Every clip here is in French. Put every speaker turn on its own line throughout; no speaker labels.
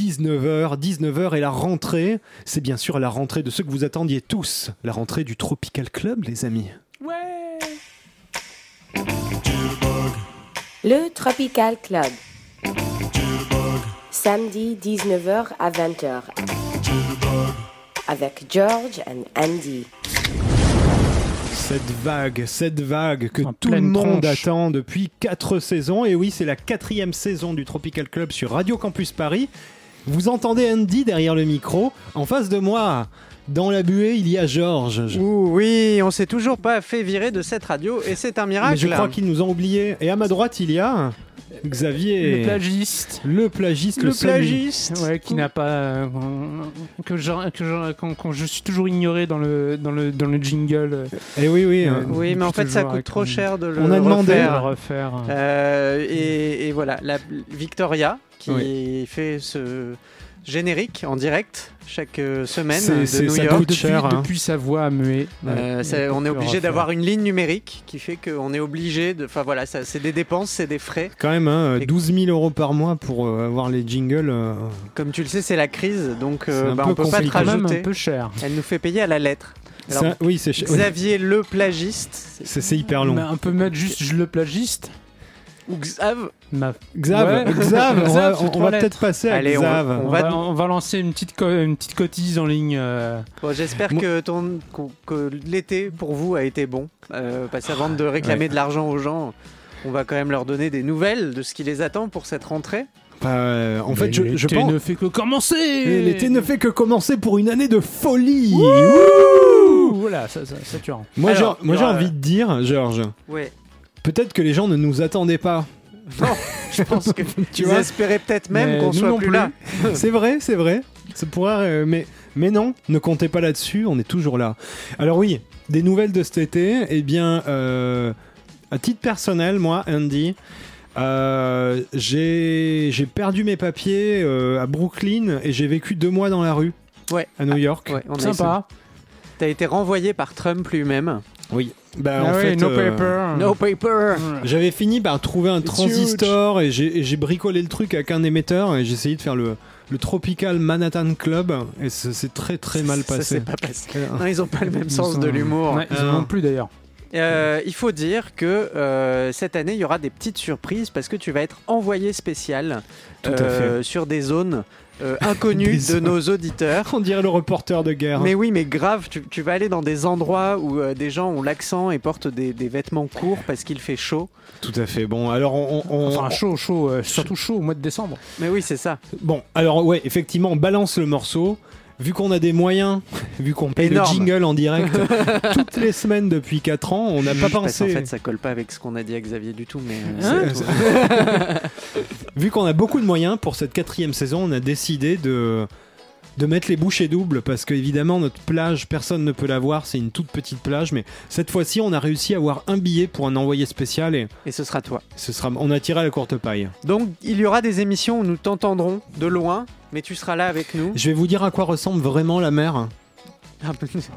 19h, 19h est la rentrée. C'est bien sûr la rentrée de ceux que vous attendiez tous, la rentrée du Tropical Club, les amis.
Ouais
Le Tropical Club. Samedi 19h à 20h. Avec George and Andy.
Cette vague, cette vague que
En
tout le
pleine
monde
tronche.
attend depuis quatre saisons. Et oui, c'est la quatrième saison du Tropical Club sur Radio Campus Paris. Vous entendez Andy derrière le micro. En face de moi, dans la buée, il y a Georges.
Ouh, oui, on s'est toujours pas fait virer de cette radio et c'est un miracle.
Mais je crois qu'ils nous ont oubliés. Et à ma droite, il y a Xavier.
Le plagiste.
Le plagiste,
le
seul unique.
plagiste.
Ouais, qui n'a pas. euh, qu'on- que je, que je, qu'on- qu'on- je suis toujours ignoré dans le, dans le, dans le jingle. euh,
Eh oui, oui. hein.
Oui, mais en fait, ça
Toujours
coûte
avec
trop
le-
cher de le
On a demandé.
à
refaire.
le refaire.
Euh, et, et voilà, la Victoria qui fait ce générique en direct chaque euh, semaine
C'est- c'est-
de New
ça
York.
coûte
depuis,
cher, hein.
depuis sa voix à muet.
Euh,
Ouais.
ça-
Il a
on
pu
est
le
obligé
refaire.
d'avoir une ligne numérique qui fait qu'on est obligé de. Enfin voilà, ça- c'est des dépenses, c'est des frais.
Quand même, hein,
Et-
12 000 euros par mois pour euh, avoir les jingles. euh.
Comme tu le sais, c'est la crise, donc euh,
C'est un
bah,
peu
on peut pas te
compliqué.
Quand même un
rajouter.
peu cher.
Elle nous fait payer à la lettre. Alors,
Ça- oui, c'est ch- oui,
Xavier le plagiste
c'est c'est hyper long.
Mais on peut mettre juste je le plagiste.
ou Xav,
Ma-
Xav,
Ouais.
Xav, on va,
Xav, c'est
on- on
trois
va
lettres.
peut-être passer à
Allez, on-
Xav.
On,
va-
va, on va lancer une petite, co- une petite cotise en ligne. euh,
Bon, j'espère
Moi-
que, ton, qu'on- que l'été pour vous a été bon. Euh, parce qu'avant de réclamer de l'argent aux gens, on va quand même leur donner des nouvelles de ce qui les attend pour cette rentrée.
Bah, euh, en fait,
mais
je,
l'été
je pense.
ne fait que commencer.
Et L'été ne fait que commencer pour une année de folie.
Ouh, Voilà, ça, ça, ça tue.
Moi, j'ai
Alors,
moi, j'ai
alors, euh,
envie de dire, Georges,
Ouais,
peut-être que les gens ne nous attendaient pas.
je pense que
Tu
ils
vois
espéraient peut-être même
Mais
qu'on
nous
soit
non
plus,
plus.
là.
C'est vrai, c'est vrai. Ça pourrait, euh, mais, mais non, ne comptez pas là-dessus, on est toujours là. Alors oui, des nouvelles de cet été, eh bien, euh, à titre personnel, moi, Andy, euh, j'ai j'ai perdu mes papiers euh, à Brooklyn et j'ai vécu deux mois dans la rue.
Ouais. Ah,
À New York.
Ouais, on a-
Sympa.
T'as été renvoyé par Trump lui-même.
Oui. Bah,
Ah
en
oui,
fait,
no
euh,
paper.
No paper
J'avais fini par trouver un transistor et j'ai et j'ai bricolé le truc avec un émetteur et j'ai essayé de faire le, le Tropical Manhattan Club et ça s'est très très mal
Ça,
passé.
c'est pas passé.
Euh,
Non, ils ont pas le même
Ils
sens
ont-
de l'humour.
Ouais, ils en
Ah.
ont plus d'ailleurs.
Euh, il faut dire que euh, cette année, il y aura des petites surprises parce que tu vas être envoyé spécial
Tout à
sur des zones euh, inconnues
Des
de
zones.
nos auditeurs.
On dirait le reporter de guerre.
Mais oui, mais grave, tu, tu vas aller dans des endroits où euh, des gens ont l'accent et portent des, des vêtements courts parce qu'il fait chaud.
Tout à fait. Bon, alors on, on- on-
Enfin, chaud, chaud, euh, surtout chaud au mois de décembre.
Mais oui, c'est ça.
bon, alors ouais, effectivement, on balance le morceau. Vu qu'on a des moyens, vu qu'on paye
Énorme.
le jingle en direct toutes les semaines depuis 4 ans, on n'a pas
Parce
pensé.
qu'en fait, ça colle pas avec ce qu'on a dit à Xavier du tout. Mais euh,
Hein
c'est-
Vu qu'on a beaucoup de moyens pour cette quatrième saison, on a décidé de de mettre les bouchées doubles parce que évidemment notre plage personne ne peut la voir c'est une toute petite plage mais cette fois-ci on a réussi à avoir un billet pour un envoyé spécial et
et ce sera toi.
ce sera on a tiré à la courte paille
Donc, il y aura des émissions où nous t'entendrons de loin, mais tu seras là avec nous.
je vais vous dire à quoi ressemble vraiment la mer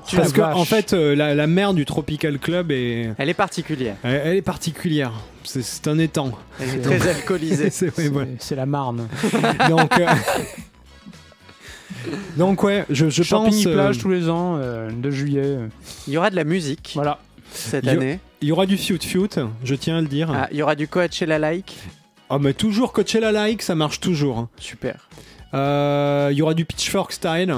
Tu
Parce que,
la vaches.
en fait, euh, la, la mer du Tropical Club est.
Elle est particulière.
Elle, elle est particulière. C'est- C'est un étang.
Elle est très alcoolisée.
C'est- ouais,
c'est
voilà.
c'est la Marne.
Donc. euh, Donc ouais, je, je pense.
Champigny
euh,
plage tous les ans, euh, le 2 juillet. euh,
Il y aura de la musique.
Voilà.
cette
Yo-
année.
il y aura du fiut fiut. Je tiens à le dire.
Ah, Il y aura du Coachella like.
Oh mais toujours Coachella like, ça marche toujours. hein.
Super.
Euh, Il y aura du Pitchfork style.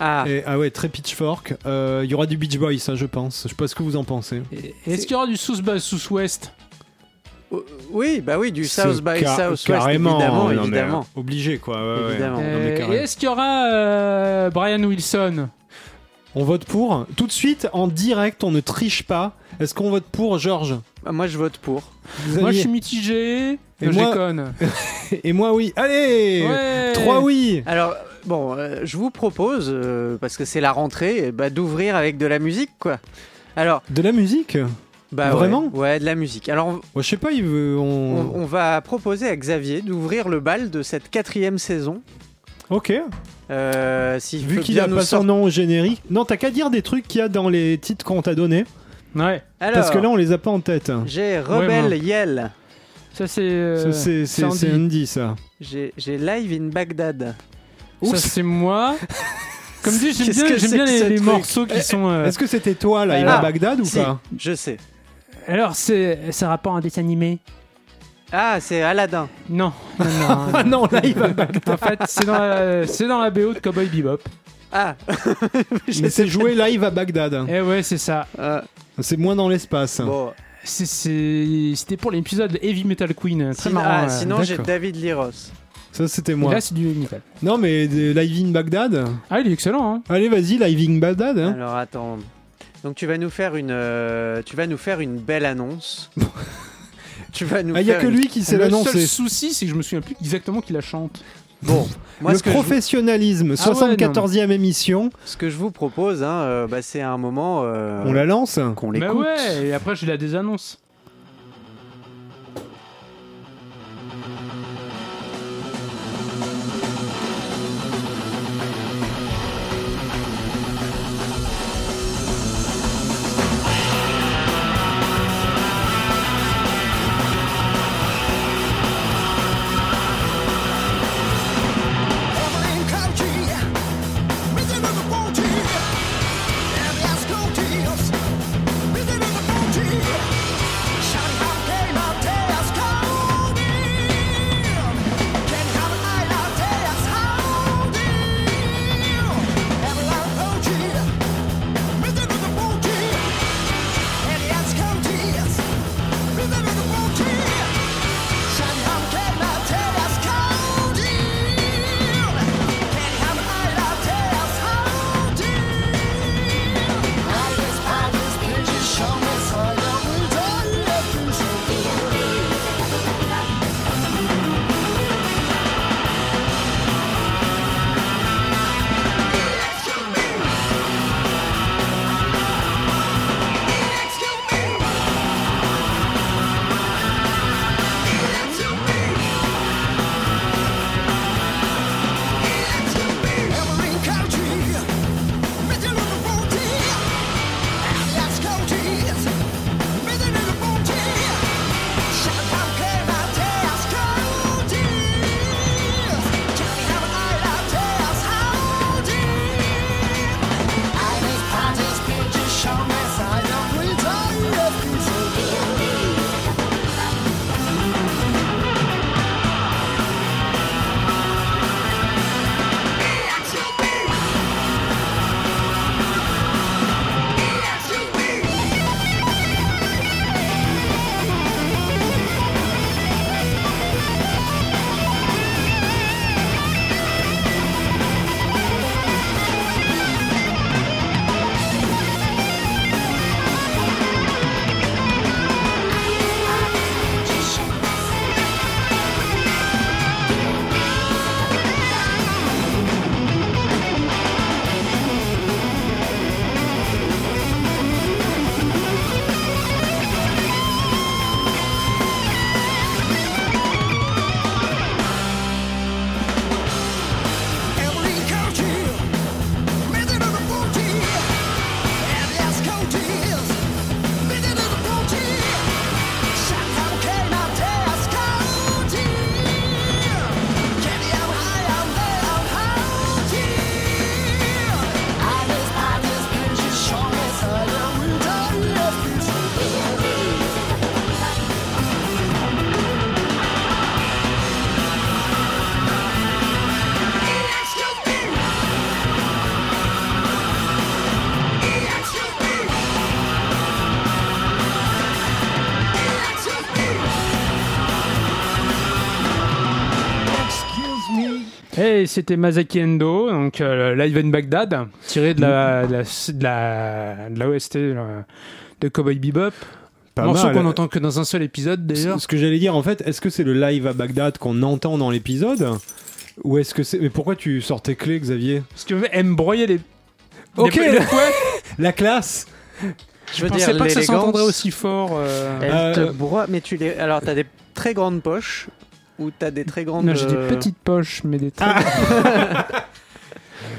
Ah,
Et- ah ouais, très Pitchfork. Euh, Il y aura du Beach Boys, ça je pense. Je sais pas ce que vous en pensez.
Et- Est-ce qu'il y aura du bah, South-Bas, South-Ouest
o- oui, bah oui, du
Ce
South by
ca-
Southwest,
carrément,
évidemment,
non, mais,
évidemment.
euh, obligé quoi. ouais, ouais.
Évidemment.
Non, mais
Euh,
carrément.
Et est-ce qu'il y aura euh, Brian Wilson
On vote pour. Tout de suite, en direct, on ne triche pas. Est-ce qu'on vote pour, Georges
Ah, Moi, je vote pour.
Vous
Moi, je
aviez-
suis mitigé.
Et
Non, je
moi-
déconne.
Et moi, oui. Allez
Ouais.
Trois oui
Alors, bon, euh, je vous propose, euh, parce que c'est la rentrée, eh bah, d'ouvrir avec de la musique, quoi. Alors,
De la musique
bah ouais.
Vraiment Oh.
ouais, de la musique. Alors, on-
Ouais, Je sais pas, il veut.
on,
On...
on va proposer à Xavier d'ouvrir le bal de cette quatrième saison.
Ok.
Euh, s'il
Vu
veut
qu'il
bien
a
nous
pas son
sortir-
nom au générique. Non, t'as qu'à dire des trucs qu'il y a dans les titres qu'on t'a donnés.
Ouais.
Alors,
Parce que là, on les a pas en tête.
j'ai Rebelle
Ouais,
Yell.
Ça, c'est. euh,
Ça, c'est-
c'est
C'est
Andy.
c'est Andy, ça.
J'ai j'ai Live in Bagdad.
Ça, c'est moi. Comme dit, j'aime
Qu'est-ce
bien,
que
j'aime
c'est
bien
que
les,
ce
les
truc
morceaux qui sont. euh,
Eh, Est-ce que c'était toi, là, il
Ah,
à Bagdad ou
Si,
pas
je sais.
Alors, c'est ça rapport à un dessin animé
Ah, c'est Aladdin.
Non, non, non.
Ah non, là, il va
en fait, c'est dans, la- c'est dans la BO de Cowboy Bebop.
Ah,
Mais c'est joué live à Bagdad.
Eh ouais, c'est ça.
euh,
C'est moins dans l'espace.
bon.
C'est- c'est- C'était pour l'épisode Heavy Metal Queen.
Sin-
Très marrant.
ah,
euh,
sinon, j'ai
d'accord.
David Liros.
Ça, c'était
Et
moi.
Là, c'est du heavy metal.
Non, mais des live in Bagdad
Ah, il est excellent. Hein.
Allez, vas-y, live in Bagdad. hein.
Alors attends. Donc tu vas nous faire une, euh, tu vas nous faire une belle annonce. tu vas nous.
Ah, il n'y a
faire
que
une-
lui qui sait
le seul
l'annoncer.
souci, c'est que je me souviens plus exactement qui la chante.
Bon, moi
Le
ce, que je, vous-
professionnalisme,
Ah ouais,
74e émission.
ce que je vous propose, hein, euh, bah, c'est un moment euh,
On la lance
qu'on
Bah
l'écoute.
ouais, et après, j'ai la désannonce. Et c'était Masaki Endo, donc euh, Live in Baghdad, tiré de la, de la, de la, de la OST euh, de Cowboy Bebop.
Pas
morceau
mal.
qu'on entend que dans un seul épisode d'ailleurs.
Ce ce que j'allais dire, en fait, est-ce que c'est le live à Bagdad qu'on entend dans l'épisode Ou est-ce que c'est. Mais pourquoi tu sortais clé, Xavier
Parce que elle me broyait les.
Ok.
les- les- ouais,
La classe
Je
je
veux
pensais
dire
pas que ça s'entendrait
l'élégance.
aussi fort. euh.
Elle
Euh,
te
euh,
broie, mais tu les. Alors t'as des très grandes poches ou t'as des très grandes.
Non, j'ai des
euh,
petites poches, mais des très.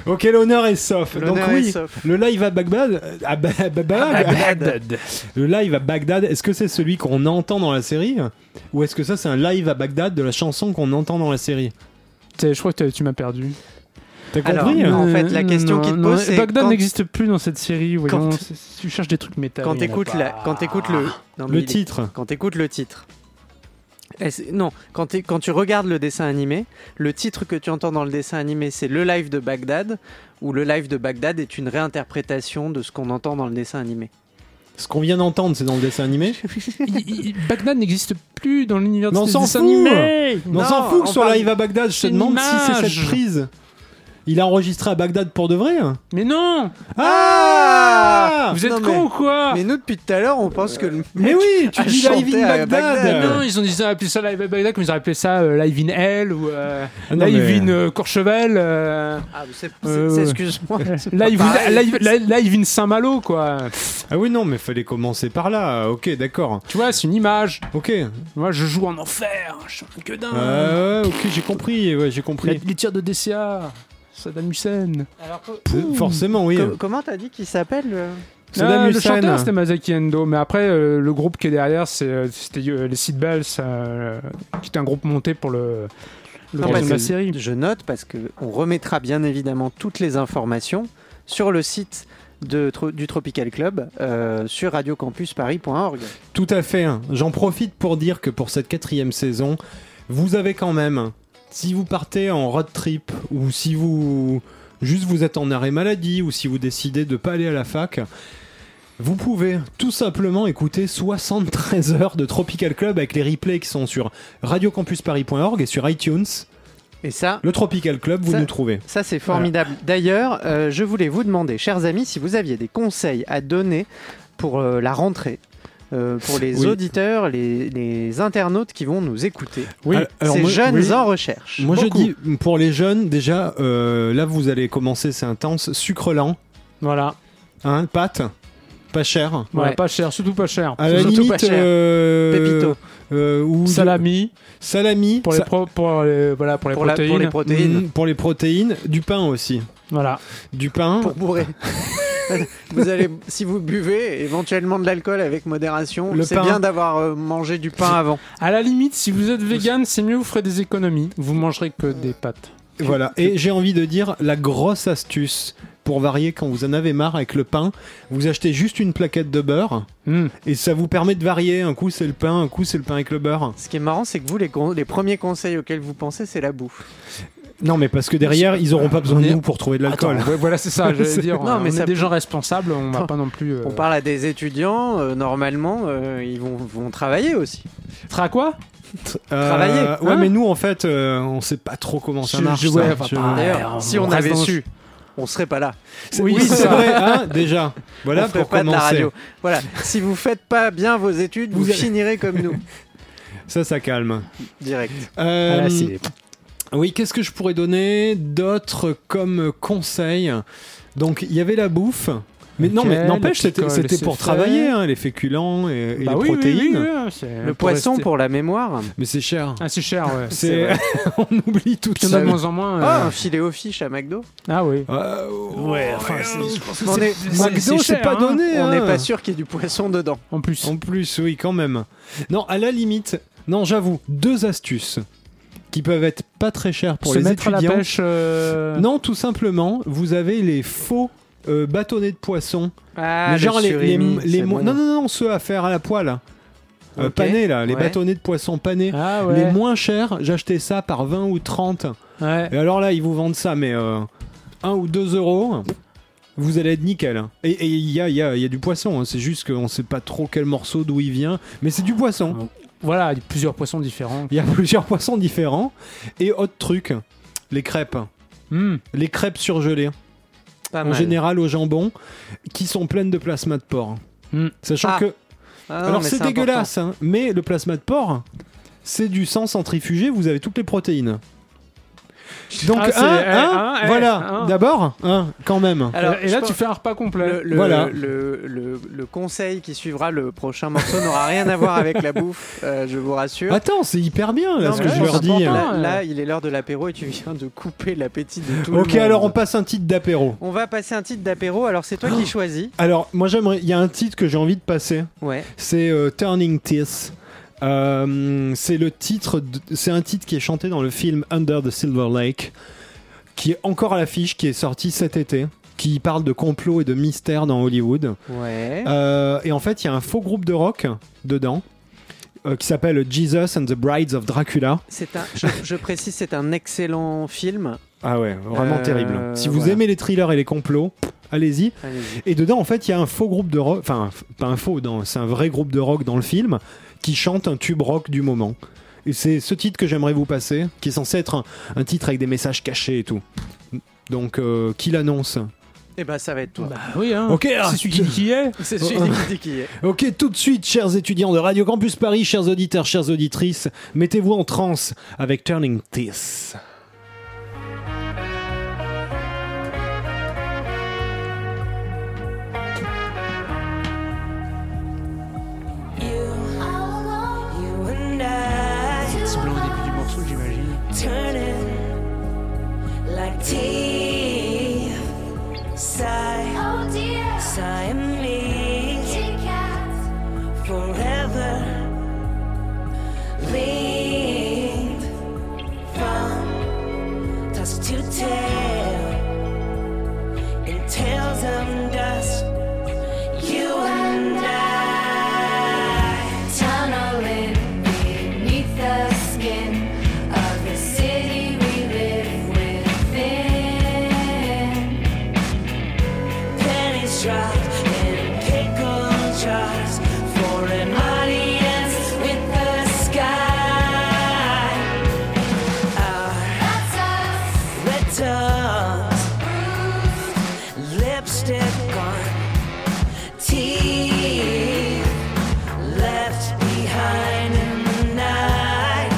Ok, l'honneur est sauf. Donc
L'honneur
oui,
est sauf. Ah,
le live à Bagdad, euh, à Ba- à Bagdad,
Bagdad.
le live à Bagdad, est-ce que c'est celui qu'on entend dans la série ou est-ce que ça c'est un live à Bagdad de la chanson qu'on entend dans la série
T'es- Je crois que t'as- tu m'as perdu.
T'as
Alors,
compris
Euh, non.
hein
en fait, la question qui te pose, c'est
Bagdad
quand-
n'existe plus dans cette série. voyons,
Quand-
c'est- c'est- tu cherches des trucs métal.
Quand
il y en a
t'écoutes
pas.
la- quand t'écoutes le, non, mais
Ah. Le
il est-
titre.
Quand t'écoutes le titre. Est-ce- Non, quand, t'es- quand tu regardes le dessin animé, le titre que tu entends dans le dessin animé, c'est Le Live de Bagdad, où Le Live de Bagdad est une réinterprétation de ce qu'on entend dans le dessin animé.
Ce qu'on vient d'entendre, c'est dans le dessin animé.
Il- il- Bagdad n'existe plus dans l'univers
Mais on
de
s'en
dessin
fout.
animé.
Mais On
Non,
s'en fout que
on
sur
parle-
live à Bagdad. Je te
c'est une
demande si c'est cette
image.
prise. Il a enregistré à Bagdad pour de vrai. hein
Mais non
Ah Euh,
Vous êtes
non,
cons
mais-
ou quoi
Mais nous, depuis tout à l'heure, on pense que le
Mais oui, tu
a
dis
chanté
live in
à
Bagdad.
Bagdad.
Ah, Non, ils ont, ils ont appelé ça Live at Baghdad comme ils auraient appelé ça euh, Live in Hell ou euh,
Ah non,
Live
mais-
in euh, Courchevel, euh,
Ah, c'est,
c'est- Euh, c'est- ouais.
excuse-moi.
live, in- live, live, live in Saint-Malo, quoi.
Ah oui non, mais fallait commencer par là. Ok, d'accord.
Tu vois, c'est une image.
Ok.
Moi, je joue en enfer, je suis un gueudin.
Euh, ouais, ok, j'ai compris. Ouais, j'ai
La-
compris.
les tirs de DCA, Saddam Hussein.
Euh, Forcément, oui.
comment t'as dit qu'il s'appelle euh
Saddam
Ah, le
Hussein.
chanteur, c'était Masaki Endo, mais après, euh, le groupe qui est derrière, c'est, euh, c'était euh, les Seedballs, euh, qui est un groupe monté pour le, le
Non,
reste
parce
de la
que
série.
Je note parce qu'on remettra bien évidemment toutes les informations sur le site de, Tro- du Tropical Club euh, sur radiocampusparis.org.
Tout à fait. hein. J'en profite pour dire que pour cette quatrième saison, vous avez quand même, si vous partez en road trip ou si vous juste vous êtes en arrêt maladie ou si vous décidez de pas aller à la fac, vous pouvez tout simplement écouter 73 heures de Tropical Club avec les replays qui sont sur radiocampusparis.org et sur iTunes.
Et ça,
Le Tropical Club, vous
Ça-
nous trouvez.
ça c'est formidable. D'ailleurs, euh, je voulais vous demander, chers amis, si vous aviez des conseils à donner pour euh, la rentrée. euh, pour les
Oui.
auditeurs, les, les internautes qui vont nous écouter.
Oui. Alors,
Ces
moi-
jeunes
oui.
en recherche.
Moi
Beaucoup.
je dis pour les jeunes déjà euh, là vous allez commencer c'est intense sucre lent
Voilà.
hein pâte pas cher
Voilà,
Ouais.
pas cher, surtout pas cher.
À la
Surtout pas
limite,
cher.
euh,
Pépito.
euh, ou de-
Salami
salami
pour les
sa-
pro- pour les- voilà pour les
pour, la- pour
protéines.
les protéines.
mm, pour les protéines, du pain aussi.
Voilà.
Du pain.
pour bourrer. vous allez, si vous buvez éventuellement de l'alcool avec modération,
Le
c'est
pain.
bien d'avoir euh, mangé du pain avant.
À la limite, si vous êtes vegan, c'est mieux vous ferez des économies. Vous mangerez que des pâtes.
Voilà. Et j'ai envie de dire la grosse astuce pour varier quand vous en avez marre avec le pain, vous achetez juste une plaquette de beurre
Hmm.
et ça vous permet de varier. Un coup c'est le pain, un coup c'est le pain avec le beurre.
Ce qui est marrant, c'est que vous, les, con- les premiers conseils auxquels vous pensez, c'est la bouffe.
Non, mais parce que derrière ils auront pas besoin de nous pour trouver de l'alcool.
Attends, ouais, voilà, c'est ça. J'allais dire.
Non,
Non,
mais
mais on
ça
est des gens responsables. On va
Attends.
pas non plus. euh,
On parle à des étudiants, euh, normalement, euh, ils vont, vont travailler aussi.
Tra quoi
Euh,
travailler,
Ouais,
hein.
mais nous en fait, euh, on sait pas trop comment ça
Je-
marche.
je-
ça.
ouais, enfin,
Je-
pareil.
D'ailleurs,
on-
si
on
on
reste
avait
dans-
su, on serait pas là.
Oui,
c'est
c'est
ça.
vrai. hein, déjà. Voilà
on ferait
pour
pas de la
commencer.
radio. Voilà, si vous faites pas bien vos études, vous,
Vous allez-
finirez comme nous,
Ça, ça calme.
direct.
Euh,
Voilà, Ah, c'est-
oui, qu'est-ce que je pourrais donner d'autre comme conseil Donc, il y avait la bouffe. Mais non,
Ok,
mais
la
n'empêche,
petite
c'était
colle,
c'était pour
c'est
travailler,
fait.
hein, les féculents et, et
Bah
les
oui, oui,
protéines.
oui, oui, oui, c'est-
Le poisson,
rester-
pour la mémoire,
Mais c'est cher.
Ah, c'est cher. Ouais.
C'est-
C'est, on oublie tout
Il y en
ça.
a de moins en moins.
Ah,
euh.
un filet aux fiches à McDo.
Ah oui.
Euh,
Ouais, enfin, c'est- je pense que
On est-
c'est-
McDo, c'est
cher,
pas
hein,
donné.
On
hein.
n'est pas sûr qu'il y ait du poisson dedans.
En plus.
En plus, oui, quand même. Non, à la limite, non, j'avoue, deux astuces qui peuvent être pas très chères pour
se
les
mettre à la
étudiants.
pêche. euh,
Non, tout simplement, vous avez les faux euh, bâtonnets de poisson. Mais
ah,
Ah,
genre les, les, les mo- non, non, non, ceux à faire à la poêle. hein. Euh,
Ok.
panés là, les
Ouais.
bâtonnets de poisson panés.
Ah ouais.
Les moins chers, j'achetais ça par 20 ou 30.
Ouais.
Et alors là, ils vous vendent ça, mais 1 ou 2 euros, vous allez être nickel. hein. Et et il y a, il y, a, il y a du poisson, hein. c'est juste qu'on sait pas trop quel morceau, d'où il vient, mais c'est du poisson.
Ah
Voilà, il y a plusieurs poissons différents.
Il y a plusieurs poissons différents. Et autre truc, les crêpes.
Hmm.
Les crêpes surgelées.
Pas
en
mal.
général au jambon, qui sont pleines de plasma de porc.
Mm.
Sachant
Ah.
que.
Ah non,
alors
mais
c'est
important.
dégueulasse, hein, mais le plasma de porc, c'est du sang centrifugé, vous avez toutes les protéines. Donc,
Ah, c'est-
un,
eh,
un,
eh,
voilà.
un.
D'abord, un, quand même.
Alors,
et
je
là,
pense-
tu fais un repas complet.
Le, le-
Voilà.
le- le- le conseil qui suivra le prochain morceau n'aura rien à voir avec la bouffe, euh, je vous rassure.
Attends, c'est hyper bien, là,
Non,
ce
mais
que
là,
je
c'est
leur dis.
important.
Là, là, il est l'heure de l'apéro et tu viens de couper l'appétit de tout le
Ok,
monde.
alors on passe un titre d'apéro.
On va passer un titre d'apéro. Alors c'est
Oh.
toi qui choisis.
Alors, moi, j'aimerais. Il y a un titre que j'ai envie de passer.
Ouais.
C'est euh, Turning Teeth. Euh, c'est le titre. de- C'est un titre qui est chanté dans le film Under the Silver Lake, qui est encore à l'affiche, qui est sorti cet été, qui parle de complot et de mystère dans Hollywood.
Ouais.
Euh, et en fait, il y a un faux groupe de rock dedans euh, qui s'appelle Jesus and the Brides of Dracula.
C'est un. Je, je précise, c'est un excellent film.
Ah ouais, vraiment
Euh,
terrible. Si vous
voilà.
aimez les thrillers et les complots, allez-y.
Allez-y.
Et dedans, en fait, il y a un faux groupe de rock, enfin, f- pas un faux, dans- c'est un vrai groupe de rock dans le film qui chante un tube rock du moment. Et c'est ce titre que j'aimerais vous passer, qui est censé être un, un titre avec des messages cachés et tout. Donc, euh, qui l'annonce
Et bah ça va être toi.
Bah oui, hein.
Ok, alors,
c'est celui qui, qui est.
Oh,
C'est celui qui dit qui est.
Ok, tout de suite, chers étudiants de Radio Campus Paris, chers auditeurs, chères auditrices, mettez-vous en transe avec Turning Teeth.
C'est bien au début du morceau, j'imagine. Like tea, sigh, oh dear, sigh and me, forever, leaned from dusk to tail, in tails of dust, you and I.
Tunneling beneath the skin of the city we live within.
pennies dropped in pickle jars for an audience with the sky. Our
That's us,
red tongues, lipstick on, teeth left behind in the night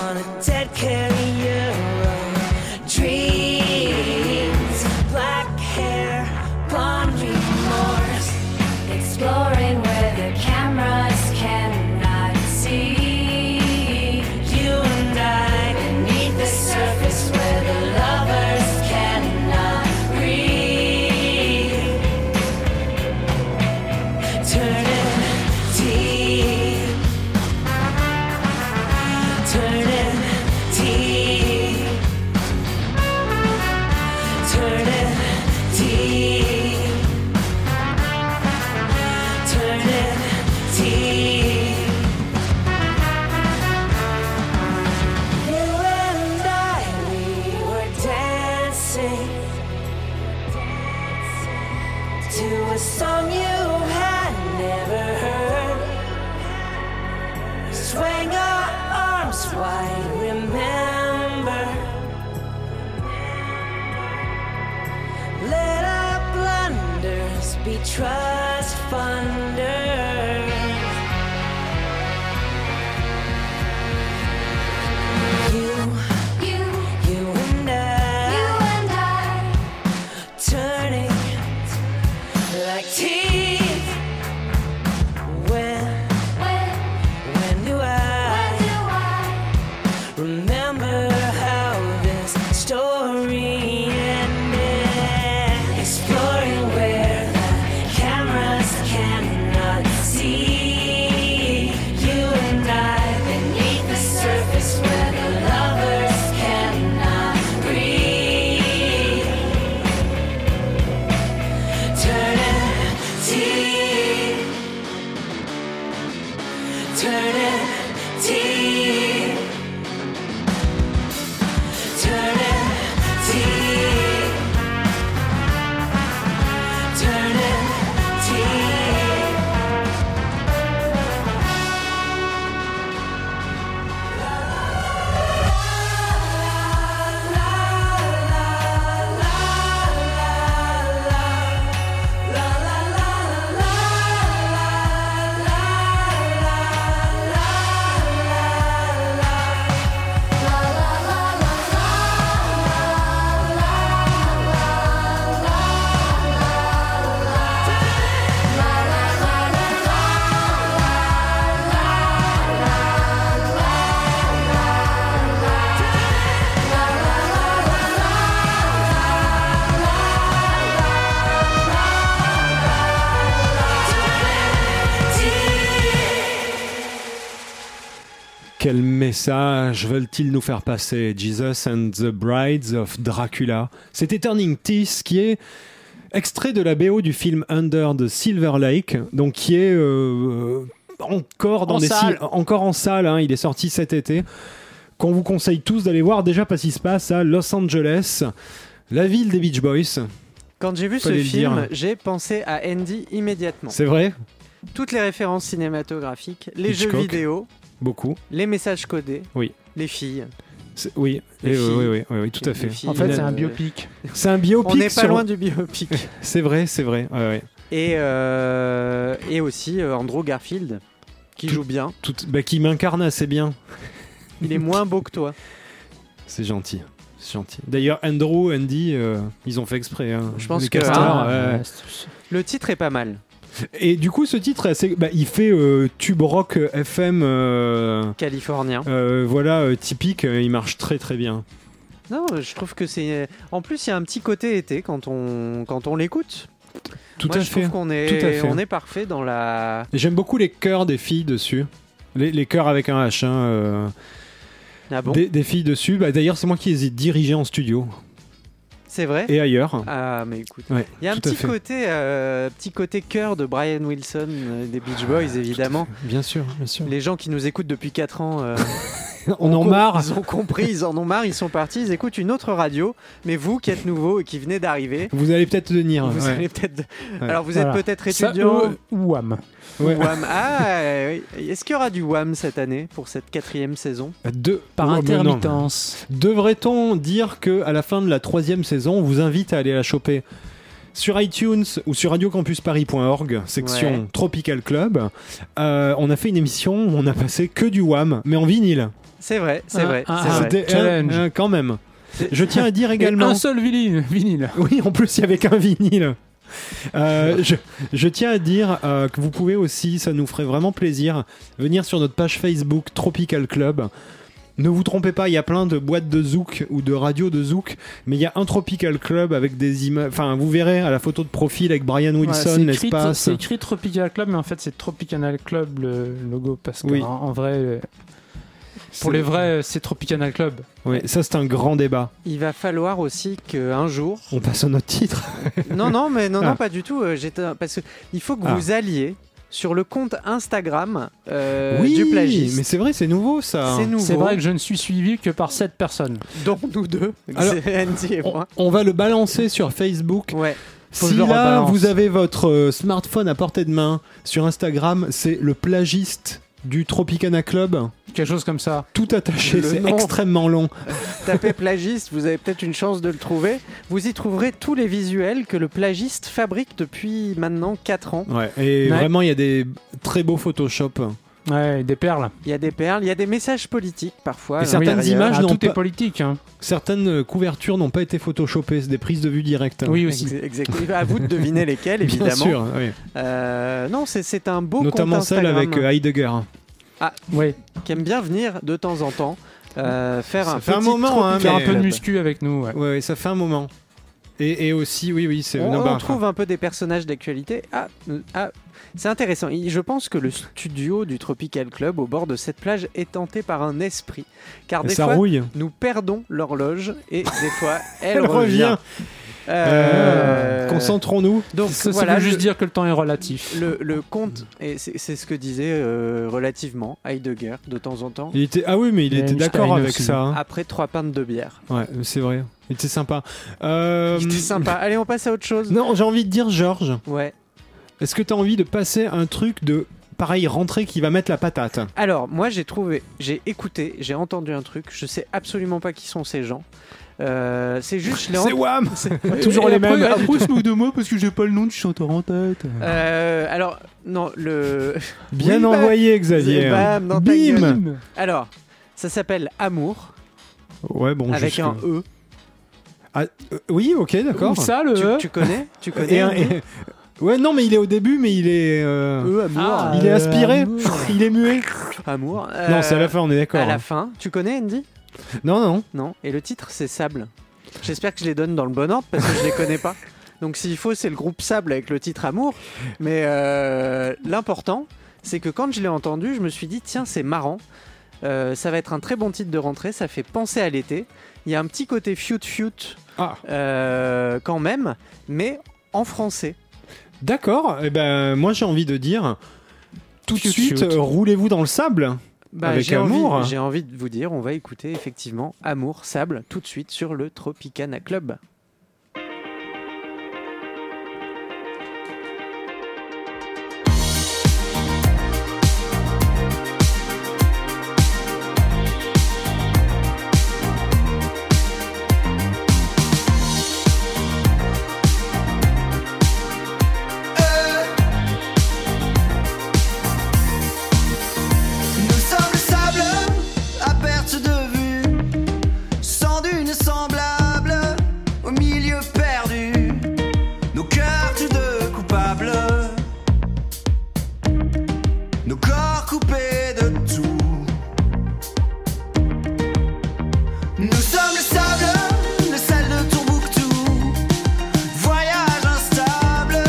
on a dead carrier of dreams. Black hair, blonde remorse.
exploring where the cameras cannot see.
You and I
Beneath the surface where the lovers cannot breathe.
turning deep, turning deep, turning deep, turning deep. You and I, we were dancing to a song you had never heard. Swang our arms wide, remember. Let our blunders be trust funders. You,
You,
you and I.
you and I.
turning like teeth. When,
When,
when do
when
I
do I?
remember how this story ended? Exploring where the cameras cannot see.
Quel message veulent-ils nous faire passer Jesus and the Brides of Dracula. C'était Turning Teeth qui est extrait de la BO du film Under the Silver Lake, donc qui est euh, encore dans
En
des
salle.
ci- encore en salle. hein, il est sorti cet été. Qu'on vous conseille tous d'aller voir déjà parce qu'il se passe à Los Angeles, la ville des Beach Boys.
Quand j'ai vu
Fallait
ce
le
film,
dire.
j'ai pensé à Andy immédiatement.
C'est vrai,
Toutes les références cinématographiques, les jeux
Hitchcock.
vidéo,
beaucoup.
les messages codés,
Oui.
les filles.
C'est- Oui,
Les
Et, euh,
filles.
oui, oui, oui, oui, tout à fait.
Les filles,
En fait,
euh,
c'est un biopic.
C'est un
On
biopic.
n'est pas
sur-
loin du biopic.
C'est vrai, c'est vrai. ouais, ouais.
et, euh, et aussi euh, Andrew Garfield, qui
Tout-
joue bien.
Tout... Bah, qui m'incarne assez bien.
Il est moins beau que toi.
C'est gentil. C'est gentil. D'ailleurs, Andrew, Andy, euh, ils ont fait exprès. hein.
Je pense
Les
que-
casteurs,
Ah,
ouais.
Le titre est pas mal.
Et du coup, ce titre, c'est- bah, il fait euh, tube rock euh, FM. euh,
Californien.
euh, voilà, euh, typique, euh, il marche très très bien.
Non, je trouve que c'est. En plus, il y a un petit côté été quand on, quand on l'écoute.
Tout
Moi,
à
je
fait.
trouve qu'on
Tout à
est,
fait.
on est parfait dans la.
J'aime beaucoup les chœurs des filles dessus. Les, les chœurs avec un H. hein, euh,
Ah bon
des, des filles dessus. Bah, D'ailleurs, c'est moi qui les ai dirigées en studio
C'est vrai
et ailleurs.
Ah, mais écoute.
Ouais,
Il y a un
tout à
petit
fait.
côté, euh, petit côté cœur de Brian Wilson euh, des Beach Boys,
Ah,
évidemment.
Bien sûr, bien sûr.
Les gens qui nous écoutent depuis 4 ans, euh,
On en
com-
marre.
ils ont compris, ils en ont marre, ils sont partis, ils écoutent une autre radio. Mais vous qui êtes nouveau et qui venez d'arriver,
Vous allez peut-être tenir.
vous
ouais.
allez peut-être. Alors vous êtes
Voilà.
peut-être
Ça,
étudiant.
ou- ou Wham.
Ouais.
Wham. Ah, euh, oui. Est-ce qu'il y aura du Wham cette année pour cette quatrième saison
De...
Par
Oh, mais non.
intermittence.
Devrait-on dire que à la fin de la troisième saison, on vous invite à aller la choper sur iTunes ou sur radiocampusparis.org, section
Ouais.
Tropical Club, euh, on a fait une émission où on a passé que du Wham, mais en vinyle.
C'est vrai, c'est
Ah,
vrai.
ah,
c'est
ah.
vrai.
C'était
Challenge.
euh, euh, quand même. Je tiens à dire
Et
également.
un seul vinyle. vinyle.
Oui, en plus, il y avait qu'un vinyle. Euh, je, je tiens à dire euh, que vous pouvez aussi, ça nous ferait vraiment plaisir, venir sur notre page Facebook Tropical Club. Ne vous trompez pas, il y a plein de boîtes de zouk ou de radios de zouk, mais il y a un Tropical Club avec des images. Enfin, vous verrez à la photo de profil avec Brian Wilson,
Voilà, c'est écrit-
l'espace.
C'est écrit Tropical Club, mais en fait, c'est Tropicanal Club le logo. Parce que
Oui.
en, en vrai, euh, pour les vrais, euh, c'est Tropicanal Club.
Oui, ça, c'est un grand débat.
Il va falloir aussi qu'un jour.
On passe à notre titre.
non, non, mais non,
Ah.
non, pas du tout. euh, j'étais- Parce que il faut que
Ah.
vous alliez sur le compte Instagram euh,
oui,
du plagiste.
mais c'est vrai, c'est nouveau ça.
C'est nouveau.
C'est vrai que je ne suis suivi que par cette personne.
dont nous deux,
Alors-
Andy et
On,
moi.
on va le balancer sur Facebook.
Ouais.
Faut que
si
je le
là
rebalance.
vous avez votre euh, smartphone à portée de main sur Instagram, c'est le plagiste du Tropicana Club,
Quelque chose comme ça.
tout attaché,
Le
c'est
nom.
extrêmement long.
Tapez plagiste, vous avez peut-être une chance de le trouver. Vous y trouverez tous les visuels que le plagiste fabrique depuis maintenant 4 ans.
Ouais, et
Ouais.
vraiment il y a des très beaux Photoshop.
Ouais, des perles.
Il y a des perles, il y a des messages politiques parfois. à
Et certaines
l'intérieur.
images
Ah,
n'ont
tout est
pas-
politique. hein.
Certaines euh, couvertures n'ont pas été photoshopées, c'est des prises de vue directes.
Oui, aussi.
Ex- Exactement. À vous de deviner lesquelles,
Bien
évidemment.
sûr, oui.
Euh, non, c'est- c'est un beau
notamment
compte
celle
Instagram
avec euh, Heidegger.
Ouais.
qui aime bien venir de temps en temps euh, faire
Ça
un
fait un
petit
moment, hein,
tropical
Faire un
mais-
peu de
club.
muscu avec nous. ouais.
Ouais, ouais, ça fait un moment. Et, et aussi, oui, oui, c'est.
On,
non,
on
bah,
trouve un peu des personnages d'actualité. Ah, euh, ah, c'est intéressant. Il- Je pense que le studio du Tropical Club au bord de cette plage est tenté par un esprit, car des
ça
fois
rouille.
nous perdons l'horloge et des fois elle,
Elle revient.
Euh,
Euh, Concentrons-nous.
Donc
Ça, ça
voilà,
veut juste
le-
dire que le temps est relatif.
Le, le compte, et c'est c'est ce que disait euh, relativement Heidegger de temps en temps,
Il était... Ah oui, mais il
Et
était d'accord
Einstein
avec
aussi.
ça. hein.
après trois pintes de bière.
Ouais, euh, c'est vrai. Il était sympa. Euh,
C'était sympa. Allez, on passe à autre chose.
Non, j'ai envie de dire, Georges,
Ouais.
est-ce que t'as envie de passer un truc de pareil rentrée qui va mettre la patate
Alors, moi, j'ai trouvé, j'ai écouté, j'ai entendu un truc. Je sais absolument pas qui sont ces gens. Euh, c'est juste, je l'ai
C'est
ent-
Wham
c'est-
Toujours les mêmes.
on se moque de moi parce que j'ai pas le nom du chanteur en tête.
Euh, alors, non, le.
Bien
Oui, bah,
envoyé, Xavier.
Bam, dans ta gueule.
Bim
Alors, ça s'appelle Amour,
Ouais, bon,
avec
jusque-
un E.
Ah, euh, oui, ok,
Ou
d'accord.
ça, le
Tu,
E
tu connais Tu connais
Et un- et- Ouais, non, mais il est au début, mais il est. euh,
E, Amour.
Ah,
Il est
euh,
aspiré,
amour.
il est muet.
Amour.
non,
euh,
c'est à la fin, on est d'accord. hein.
À la fin. Tu connais, Andy
Non, non.
Non. Et le titre, c'est Sable. J'espère que je les donne dans le bon ordre parce que je les connais pas. Donc s'il faut, c'est le groupe Sable avec le titre Amour. Mais euh, l'important, c'est que quand je l'ai entendu, je me suis dit tiens, c'est marrant. Euh, ça va être un très bon titre de rentrée, ça fait penser à l'été. Il y a un petit côté fiut fiut
Ah,
euh, quand même, mais en français.
d'accord. Eh ben, moi, j'ai envie de dire tout de
Chut,
suite,
chut.
euh, roulez-vous dans le sable.
Bah,
Avec
j'ai
Amour.
envie- J'ai envie de vous dire, on va écouter effectivement Amour, Sable tout de suite sur le Tropicana Club.
Nous sommes le sable à perte de vue, sans d'une semblable au milieu perdu, nos cœurs tous deux coupables, nos corps coupés de tout. Nous sommes le sable, le sel de Tourbouctou, voyage instable,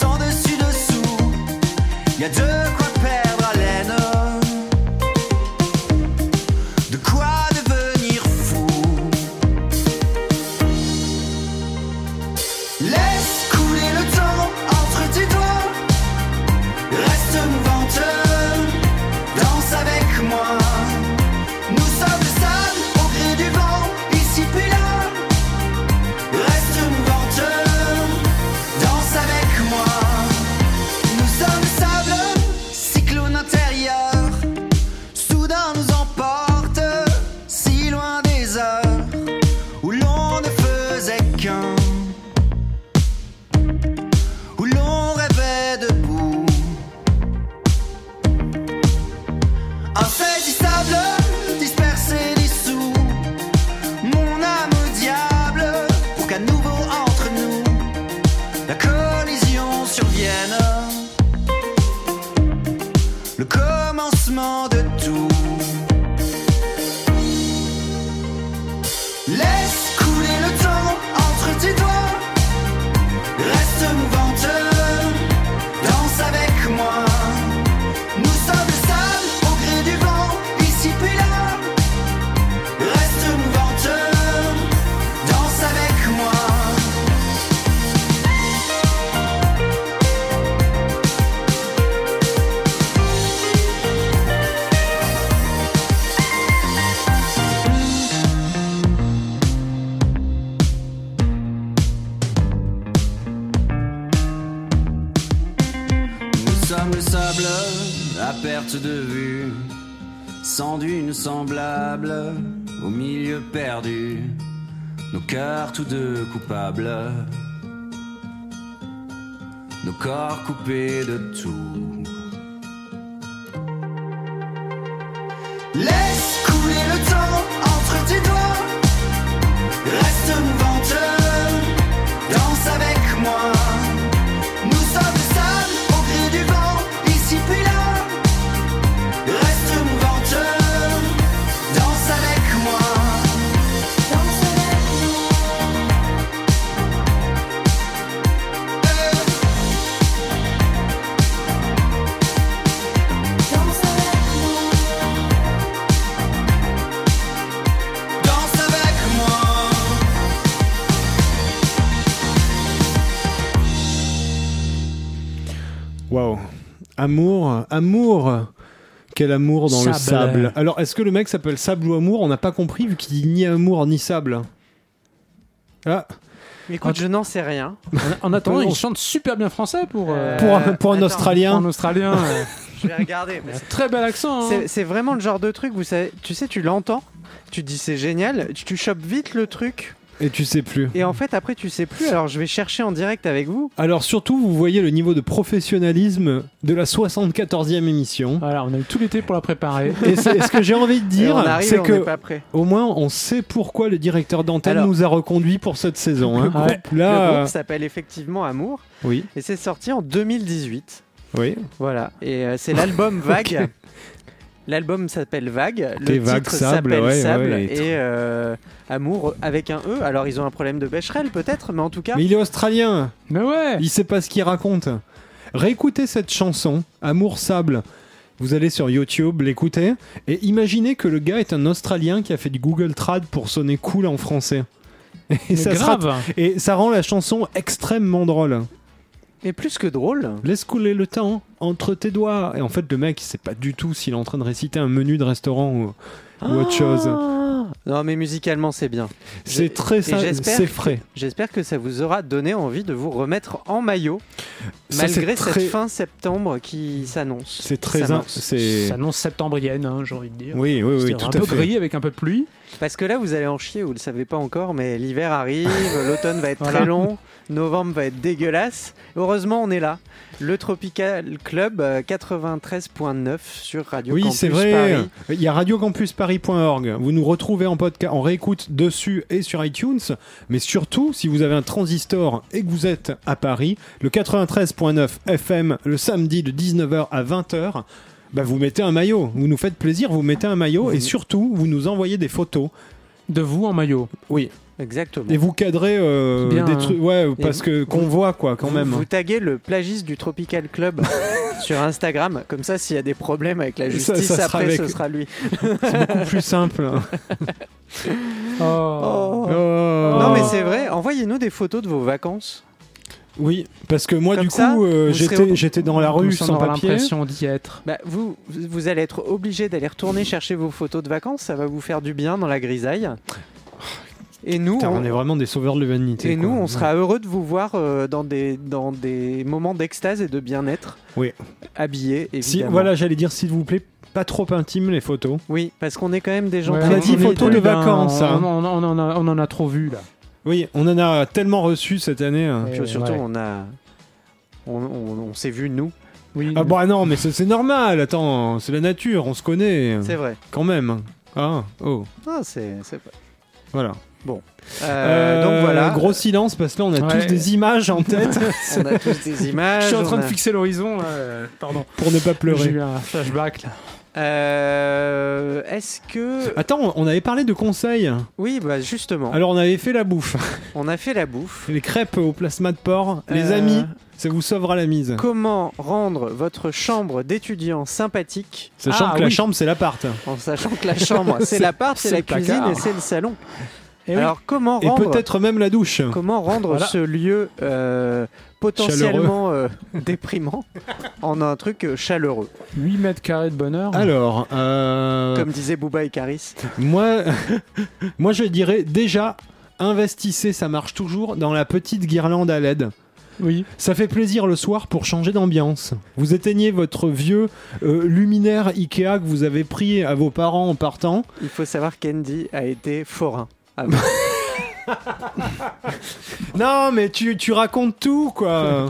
sans dessus dessous. Y a de quoi perdre haleine, de quoi devenir fou. Laisse couler le temps entre tes doigts, reste mouvante, danse avec moi. Nous sommes le sable au gré du vent, ici puis là, reste mouvante, danse avec moi. Nous sommes le sable, cyclone intérieur. Soudain nous emporte si loin des heures où l'on ne faisait qu'un, où l'on rêvait debout. Insaisissable, dispersé, dissous. Mon âme au diable, pour qu'à nouveau entre nous la collision survienne. Le commencement de tout. Laisse couler le temps entre tes doigts. Reste mouvante, danse avec moi. Nous sommes le sable au gré du vent, ici puis là. Reste mouvante, danse avec moi. Nous sommes le sable à perte de vue, sans d'une semblable, au milieu perdu, nos cœurs tous deux coupables, nos corps coupés de tout. Laisse couler le temps entre tes doigts, reste mouvante, danse avec moi. Nous sommes sales au gré du vent, ici puis là. Reste mouvante, danse avec moi. Danse avec moi. Danse avec moi.
Waouh. Amour, amour. Quel amour dans le
Sable.
sable. Alors, est-ce que le mec s'appelle Sable ou Amour On n'a pas compris vu qu'il dit ni amour ni sable. Ah,
Écoute, je n'en sais rien.
En attendant,
Pardon.
il chante super bien français pour, euh,
pour, un- pour un
attends,
pour
Australien.
un Australien. euh,
Je vais regarder. mais
très bel accent. hein.
C'est c'est vraiment le genre de truc, vous savez, tu sais, tu l'entends, tu dis c'est génial, tu, tu chopes vite le truc,
Et tu sais plus.
et en fait après tu sais plus, alors je vais chercher en direct avec vous.
Alors surtout, vous voyez le niveau de professionnalisme de la 74e émission.
Voilà, on a eu tout l'été pour la préparer.
Et c'est- ce que j'ai envie de
Ah. Et
dire,
on arrive,
c'est
on
que
n'est pas prêt.
au moins on sait pourquoi le directeur d'antenne
Alors-
nous a reconduits pour cette saison. hein.
Ouais.
Le
Là,
groupe s'appelle effectivement Amour,
euh, oui,
et c'est sorti en 2018.
oui.
Voilà, et euh, c'est l'album Vague. L'album s'appelle Vague, le
Des
titre
vagues sable,
s'appelle
ouais,
Sable
ouais, et tout.
et euh, Amour avec un E. Alors ils ont un problème de Becherel peut-être, mais en tout cas,
Mais il est australien.
Mais ouais.
Il sait pas ce qu'il raconte. Réécoutez cette chanson, Amour Sable. Vous allez sur YouTube, l'écoutez, et imaginez que le gars est un Australien qui a fait du Google Trad pour sonner cool en français. Et ça sera-
grave.
et ça rend la chanson extrêmement drôle.
Et plus que drôle.
Laisse couler le temps entre tes doigts. Et en fait, le mec, il sait pas du tout s'il est en train de réciter un menu de restaurant ou, ou autre chose.
Ah. Non, mais musicalement, c'est bien.
C'est très
et
simple,
j'espère
c'est
que-
frais.
J'espère que ça vous aura donné envie de vous remettre en maillot,
Ça, c'est
malgré
très-
cette fin septembre qui s'annonce.
C'est très. in-
simple.
C'est.
Ça annonce septembrienne, hein, j'ai envie de dire.
Oui, oui, oui,
C'est-à-dire
tout
un
à
peu
fait.
grillé avec un peu de pluie.
Parce que là, vous allez en chier, vous le savez pas encore, mais l'hiver arrive, l'automne va être
Voilà.
très long, novembre va être dégueulasse. Heureusement, on est là. Le Tropical Club euh, 93.9 sur Radio
Oui,
Campus
c'est vrai.
Paris.
Il y a radiocampusparis.org. Vous nous retrouvez en podcast, en réécoute dessus et sur iTunes. Mais surtout, si vous avez un transistor et que vous êtes à Paris, le 93.9 FM, le samedi de 19h à 20h, bah vous mettez un maillot. Vous nous faites plaisir, vous mettez un maillot et surtout, vous nous envoyez des photos.
De vous en maillot.
Oui.
Exactement.
Et vous cadrez euh,
Bien,
des
hein.
trucs. Ouais,
Et
parce que qu'on
vous-
voit, quoi, quand
vous,
même.
Vous taguez le plagiste du Tropical Club sur Instagram. Comme ça, s'il y a des problèmes avec la
Ça- ça
justice,
sera
après,
avec-
ce sera lui.
C'est beaucoup plus simple.
Oh.
Oh. Non, mais c'est vrai. Envoyez-nous des photos de vos vacances.
Oui, parce que moi,
Comme
du
ça,
coup, euh,
vous serez
j'étais
au-
j'étais dans la rue
Tous en
sans
auront
papier.
l'impression d'y être.
Bah, vous, vous allez être obligé d'aller retourner chercher vos photos de vacances. Ça va vous faire du bien dans la grisaille. Et nous,
Putain,
on-
on est vraiment des sauveurs de l'humanité.
Et
quoi.
nous, on sera heureux de vous voir euh, dans, des, dans des moments d'extase et de bien-être.
Oui.
Habillés, évidemment.
Si, voilà, j'allais dire s'il vous plaît, pas trop intime les photos.
Oui, parce qu'on est quand même des gens
Ouais,
Ouais,
on a dit
est-
photo de
eh ben,
vacances,
On,
hein.
on- on en a, on en a trop vu là.
Oui, on en a tellement reçu cette année. hein.
Ouais.
Puis surtout,
Ouais.
on a... On, on- on s'est vu, nous.
Oui.
Ah bah non, mais c'est c'est normal, attends, c'est la nature, on se connaît
C'est vrai.
quand même. Ah, oh,
Ah, c'est... c'est vrai.
voilà.
Euh, donc
Euh,
voilà,
Gros silence parce que là on a
Ouais.
tous des images en tête
on a tous des images.
Je suis en train
on
de
a-
fixer l'horizon. là, euh, Pardon.
pour ne pas
J'ai
pleurer.
eu un flashback là.
Euh, Est-ce que...
Attends, on avait parlé de conseils.
Oui, bah justement,
Alors on avait fait la bouffe,
on a fait la bouffe.
les crêpes au plasma de porc. Les
Euh,
amis, ça vous sauvera la mise.
Comment rendre votre chambre d'étudiant sympathique
Sachant
Ah,
que la
oui.
chambre c'est l'appart.
en sachant que la chambre, c'est l'appart, c'est
c'est
la
le
cuisine
placard.
et c'est le salon.
Eh oui.
Alors comment
Et
rendre,
peut-être même la douche.
comment rendre
Voilà.
ce lieu euh, potentiellement euh, déprimant en un truc euh, chaleureux,
8 mètres carrés de bonheur.
Alors, euh,
Oh.
Ah.
comme disaient Booba et Caris.
Moi, moi, je dirais déjà, investissez, ça marche toujours, dans la petite guirlande à LED.
Oui.
Ça fait plaisir le soir pour changer d'ambiance. Vous éteignez votre vieux euh, luminaire Ikea que vous avez pris à vos parents en partant.
Il faut savoir qu'Andy a été forain.
Non, mais tu, tu racontes tout, quoi.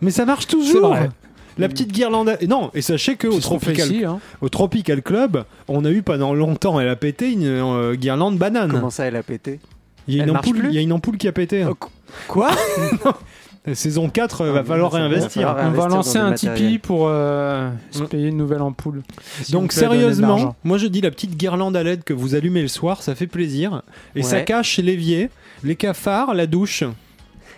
mais ça marche
C'est
toujours.
vrai.
La petite guirlande. à- Non, et sachez que au
C'est ce qu'on fait
Tropical,
ici, hein.
au Tropical Club, on a eu pendant longtemps, elle a pété une euh, guirlande
Ah.
banane.
Comment ça, elle a pété
il, y a
elle
une
marche
ampoule,
plus
il y a une ampoule qui a pété.
Oh, Quoi
La Saison 4, euh, va
Ah,
falloir
ça va
réinvestir.
falloir
On
investir
va
dans du
lancer un
matériel.
Tipeee pour euh, se
Mm.
payer une nouvelle ampoule. Si on
Donc
peut donner de
sérieusement,
l'argent.
moi je dis la petite guirlande à LED que vous allumez le soir, ça fait plaisir. Et ça
Ouais.
cache l'évier, les cafards, la douche.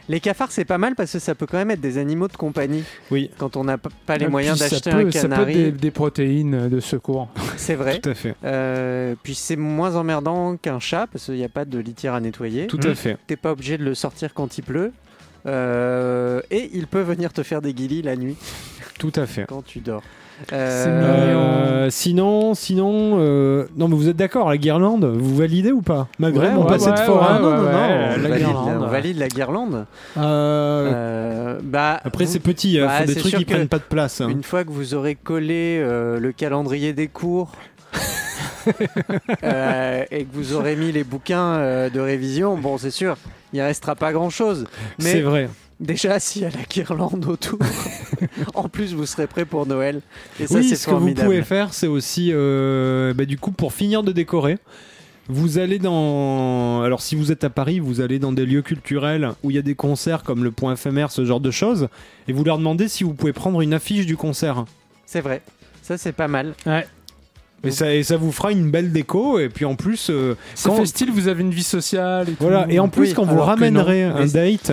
Les cafards, c'est pas mal parce que ça peut quand même être des animaux de compagnie.
Oui.
Quand on n'a p- pas les
Et
moyens
Ah, puis, ça
d'acheter un
peut- Ça peut être des,
canari,
des protéines de secours.
c'est vrai.
Tout à fait.
Euh, puis c'est moins emmerdant qu'un chat parce qu'il n'y a pas de litière à nettoyer.
Tout
Mm.
à fait.
T'es pas obligé de le sortir quand il pleut. Euh, et il peut venir te faire des guilis la nuit
Tout à fait.
quand tu dors.
C'est mignon.
Euh, sinon, sinon, euh, non mais vous êtes d'accord, la guirlande, vous validez ou pas Malgré
Ouais,
mon
ouais,
passé de Ah,
ouais,
forain.
ouais,
non, non, non,
ouais,
on,
la
valide,
guirlande.
on valide la guirlande.
Euh,
Euh, bah,
Après
vous-
c'est petit, il
Bah,
faut des
c'est
trucs
sûr
qui
que
prennent pas de place. hein.
une fois que vous aurez collé euh, le calendrier des cours euh, et que vous aurez mis les bouquins euh, de révision, bon, c'est sûr, il restera pas grand-chose.
C'est
Mais
vrai.
déjà, s'il y a la guirlande autour, en plus, vous serez prêt pour Noël. Et ça,
oui,
c'est
ce que vous
formidable.
pouvez faire, c'est aussi, euh, bah, du coup, pour finir de décorer, vous allez dans. Alors, si vous êtes à Paris, vous allez dans des lieux culturels où il y a des concerts comme le Point éphémère, ce genre de choses, et vous leur demandez si vous pouvez prendre une affiche du concert.
C'est vrai. Ça, c'est pas mal.
Et ça, et ça vous fera une belle déco, et puis en plus, euh,
C'est
Quand-
fait style, vous avez une vie sociale. Et tout.
voilà. Et en plus,
Oui,
quand vous
alors que non.
ramènerez un
Mais-
date,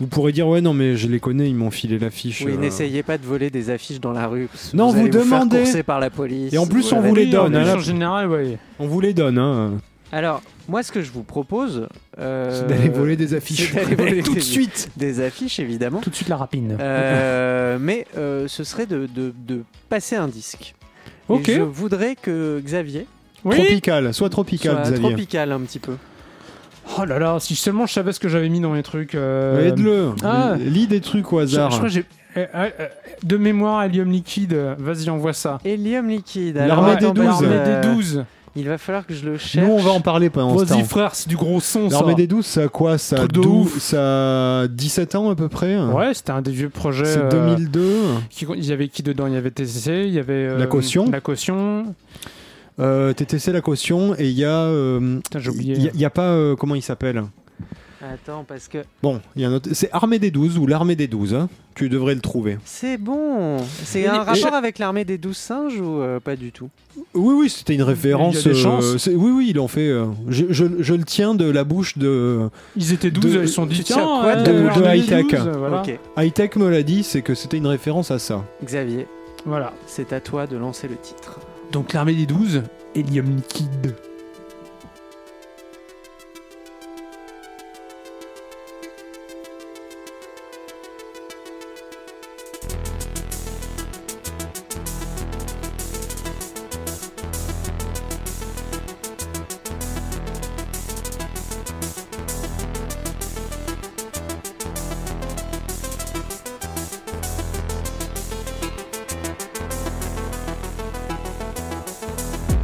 Vous pourrez dire, ouais, non, mais je les connais, ils m'ont filé l'affiche.
Oui,
euh.
n'essayez pas de voler des affiches dans la rue. parce que
Non, vous
allez vous faire
demandez.
courser par la police.
Et en plus, on
allez-
vous les
Oui,
donne,
En
hein,
plus, en
là.
général, oui.
On vous les donne, hein.
Alors, moi, ce que je vous propose, euh,
C'est d'aller voler des affiches.
c'est d'aller voler
Tout de
des-
suite
des affiches, évidemment.
Tout de suite la rapine.
Euh, mais euh, ce serait de, de- de passer un disque. Et
Ok.
je voudrais que Xavier
Tropical, soit tropical,
soit
Xavier.
tropical un petit peu.
Oh là là, si seulement je savais ce que j'avais mis dans mes trucs. euh,
Aide-le.
Ah.
Lis des trucs au
je- je
hasard.
crois que j'ai- eh, eh, eh, de mémoire, hélium liquide, euh, vas-y, envoie ça.
Hélium liquide.
L'armée
Alors,
des
attends,
12.
parce que,
L'armée
euh,
des 12.
Il va falloir que je le cherche.
Nous, on va en parler pendant ce temps.
Vas-y, frère, c'est du gros son, ça.
L'armée des 12, ça a quoi ça a,
Truc de
12
ouf.
ça a 17 ans à peu près
Ouais, c'était un des vieux projets.
C'est
euh,
2002.
qui- Il y avait qui dedans Il y avait TCC, il y avait. euh,
La caution.
La caution.
Euh, TTC la caution et il y a. euh,
Putain, j'ai oublié.
Il n'y a, pas. euh, comment il s'appelle
Attends, parce que
Bon, il y a un autre. C'est Armée des 12 ou l'Armée des 12. hein. Tu devrais le trouver.
c'est bon. C'est
Et-
un
et-
rapport avec l'armée des douze singes ou euh, pas du tout
Oui, oui, c'était une référence. euh,
Il y a des chances.
c'est- oui, oui, ils l'ont fait. euh, je, je- je le tiens de la bouche de.
Ils étaient 12,
de-
ils se sont dit
tiens,
tiens,
quoi,
euh,
de-
l'armée
de
des
high-tech.
12, Voilà.
Ok.
Hightech me l'a dit, c'est que c'était une référence à ça.
Xavier,
voilà.
c'est à toi de lancer le titre.
Donc l'armée des 12, hélium liquide.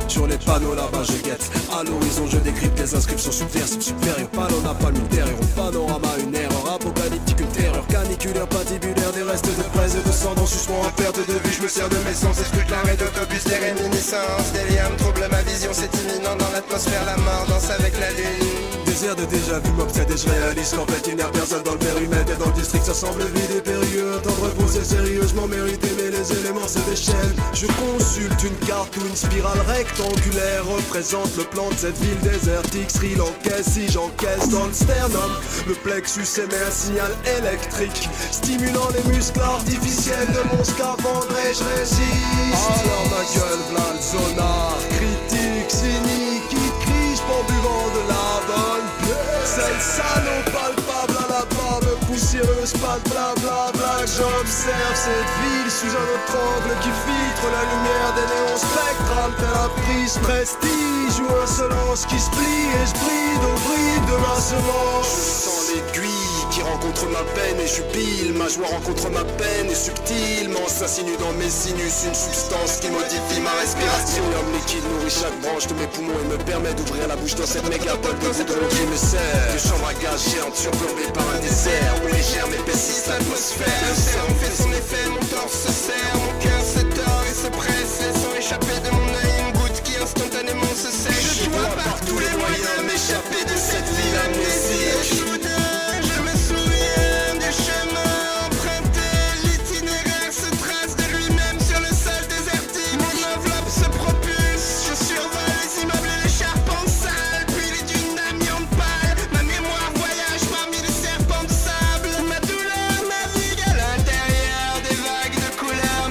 Sur les panneaux là-bas je guette À l'horizon je décrypte les inscriptions subversives supérieures Panneau n'a pas ultérieur Au panorama une erreur Apocalyptique une terreur Caniculaire patibulaire Des restes de presse et de cendres en suspens en perte de vue Je me sers de mes sens et scrute l'arrêt d'autobus Des réminiscences Des liens trouble ma vision C'est imminent dans l'atmosphère La mort danse avec la lune des airs de déjà vu m'obsède et je réalise qu'en fait il n'y a personne dans le périmètre et dans le district ça semble vide et périlleux Attendre pour c'est sérieux, je m'en méritais mais les éléments se déchaînent Je consulte une carte où une spirale rectangulaire représente le plan de cette ville désertique Sri l'encaisse si j'encaisse dans le sternum Le plexus émet un signal électrique Stimulant les muscles artificiels de mon scaphandre et je résiste Alors ma gueule v'là le sonar, critique, cynique, qui crie, j'pense en buvant de la bonne bière. Cette salope palpable à la barbe poussiéreuse, pas de blabla, bla, j'observe cette ville sous un autre angle qui filtre la lumière des néons spectrales. Tel un prise prestige ou insolence qui se plie et je bride au bride de ma semence. Je sens l'aiguille qui rencontre ma peine et jubile, ma joie rencontre ma peine et subtilement s'insinue dans mes sinus une substance qui modifie ma respiration. L'homme liquide nourrit chaque branche de mes poumons et me permet d'ouvrir la bouche dans cette mégapole de goudron qui me sert. De chambre à gaz géante surplombée par un désert où les germes épaississent l'atmosphère. Le cerveau fait son effet, mon torse se serre, mon cœur se tord et se presse et sans échapper de mon œil une goutte qui instantanément se sèche. Je dois par tous les moyens m'échapper de cette ville amnésie. Et soudain, je me souviens du chemin emprunté, l'itinéraire se trace de lui-même sur le sol désertique. Mon enveloppe se propulse, je survole les immeubles et les charpentes sales, puis les dunes d'amiante pâle. Ma mémoire voyage parmi les serpents de sable. Ma douleur navigue à l'intérieur des vagues de couleurs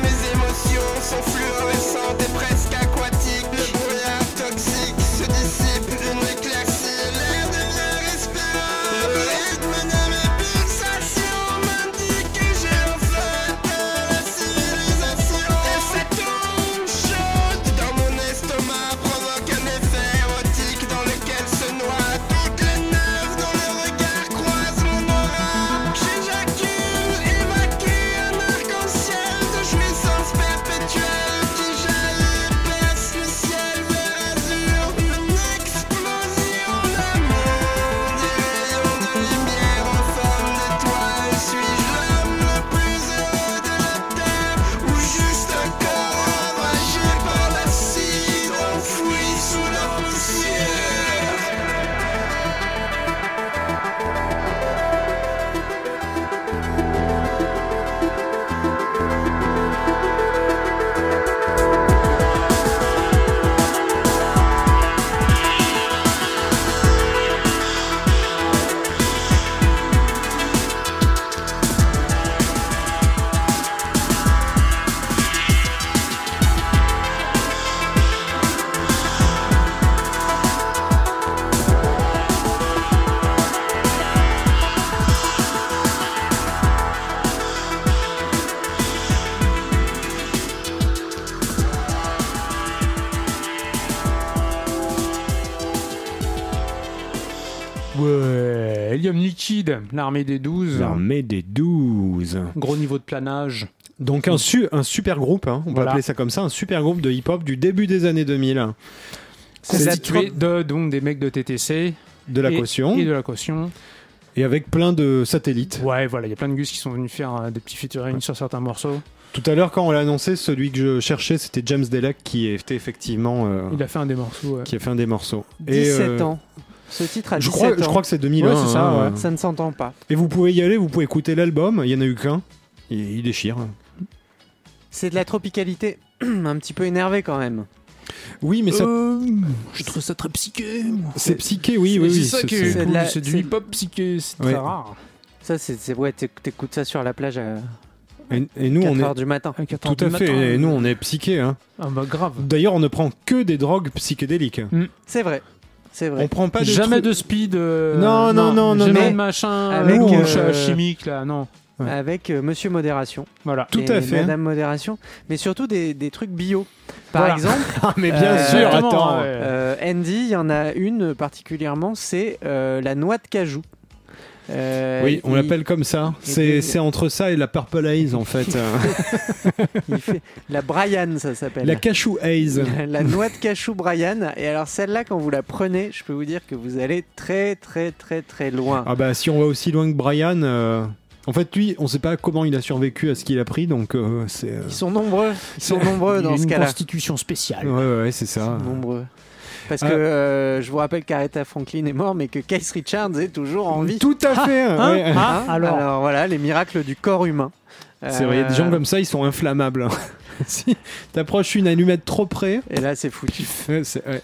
euh, Helium liquide, l'armée des 12.
L'armée des 12.
Gros niveau de planage.
Donc un, su- un super groupe, hein, on va
Voilà.
appeler ça comme ça, un super groupe de hip-hop du début des années 2000.
C'est
C'est
la
dit-
tuée de, donc, des mecs de TTC.
De la
et-
caution.
Et
Et,
de la caution.
avec plein de satellites.
Ouais, voilà, il y a plein de gus qui sont venus faire euh, des petits featuring sur certains morceaux.
Tout à l'heure, quand on l'a annoncé, celui que je cherchais, c'était James Delac qui était effectivement... euh,
Il a fait un des morceaux. ouais.
qui a fait un des morceaux. Et,
17
euh,
ans. Ce titre a
Je
17
crois,
ans.
je crois que c'est 2001.
Ah, Ouais, c'est ça,
hein,
que- ouais.
Ça ne s'entend pas.
Et vous pouvez y aller, vous pouvez écouter l'album, il y en a eu qu'un. Il, il déchire.
C'est de la tropicalité un petit peu énervée quand même.
Oui, mais
Euh,
ça,
je trouve ça très psyché, moi.
c'est psyché, oui,
C'est
oui, oui.
ça
c'est-
qui est
c'est-
c'est
cool,
de la-
c'est du
c'est-
hip-hop psyché, c'est
Ouais.
très rare.
Ça, c'est c'est- ouais, t'éc- t'écoutes ça sur la plage à
Et, et nous,
4
on
heures
est
du matin.
À 4 heures
tout à
du
fait.
matin.
Et nous, on est psyché. Hein.
Ah bah grave.
D'ailleurs, on ne prend que des drogues psychédéliques.
C'est vrai. C'est vrai.
On prend pas des
Jamais
trucs-
de speed. euh,
Non, non, non, non,
Jamais
non.
de machin
Avec,
avec
euh,
chimique là, non.
Ouais.
Avec euh, Monsieur Modération.
Voilà.
Tout
et
à fait.
Madame Modération. Mais surtout des, des trucs bio. Par
Voilà.
exemple,
Ah, mais bien
Euh,
sûr.
Exactement,
Attends.
ouais.
euh, Andy, il y en a une particulièrement, c'est euh, la noix de cajou. Euh,
Oui, on
il-
l'appelle comme ça. C'est
et-
c'est entre ça et la Purple Haze, en fait. Euh,
il fait- La Brian, ça s'appelle.
la Cashew Haze.
La- la noix de cachou Brian. Et alors celle-là, quand vous la prenez, je peux vous dire que vous allez très très très très loin.
Ah bah, si on va aussi loin que Brian... euh, En fait, lui, on sait pas comment il a survécu à ce qu'il a pris, donc euh, c'est... euh,
Ils sont nombreux. Ils sont nombreux dans ce cas-là.
constitution spéciale.
Ouais, ouais, c'est
Ils
ça.
sont nombreux. Parce
Ah.
que euh, je vous rappelle qu'Aretha Franklin est mort, mais que Keith Richards est toujours en vie.
Tout à fait. ouais.
Ah, Hein alors voilà, les miracles du corps humain. Euh,
C'est vrai, il y a des gens comme ça, ils sont inflammables. si t'approches une allumette trop près,
Et là, c'est foutu.
euh, c'est- ouais.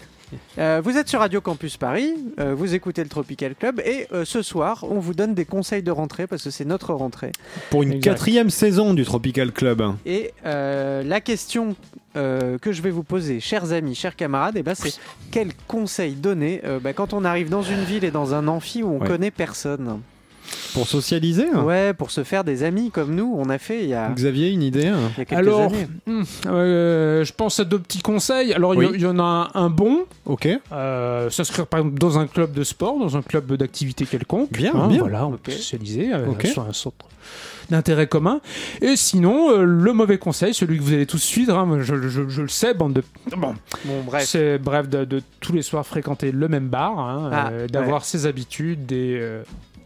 Euh, vous êtes sur Radio Campus Paris, euh, vous écoutez le Tropical Club, et euh, ce soir, on vous donne des conseils de rentrée, parce que c'est notre rentrée.
pour une
Exact.
quatrième saison du Tropical Club. hein.
Et euh, la question euh, que je vais vous poser, chers amis, chers camarades, eh ben, c'est quel conseil donner euh, bah, quand on arrive dans une ville et dans un amphi où on
Ouais.
connaît personne
Pour socialiser, hein.
Ouais, pour se faire des amis comme nous, on a fait il y a,
Xavier, une idée hein.
il y a quelques
Alors,
années.
hmm, euh, je pense à deux petits conseils. Alors, il y-
Oui.
il y, en a un, un bon,
Ok,
euh, s'inscrire par exemple dans un club de sport, dans un club d'activité quelconque. Hein,
Bien, bien.
Voilà, on peut
Ok.
socialiser euh,
Ok.
sur un centre d'intérêt commun. Et sinon, euh, le mauvais conseil, celui que vous allez tous suivre, hein, moi, je, je- je le sais, bande de... Bon,
Bon, bref.
C'est bref de, de tous les soirs fréquenter le même bar, hein,
Ah,
euh, d'avoir ses habitudes et euh,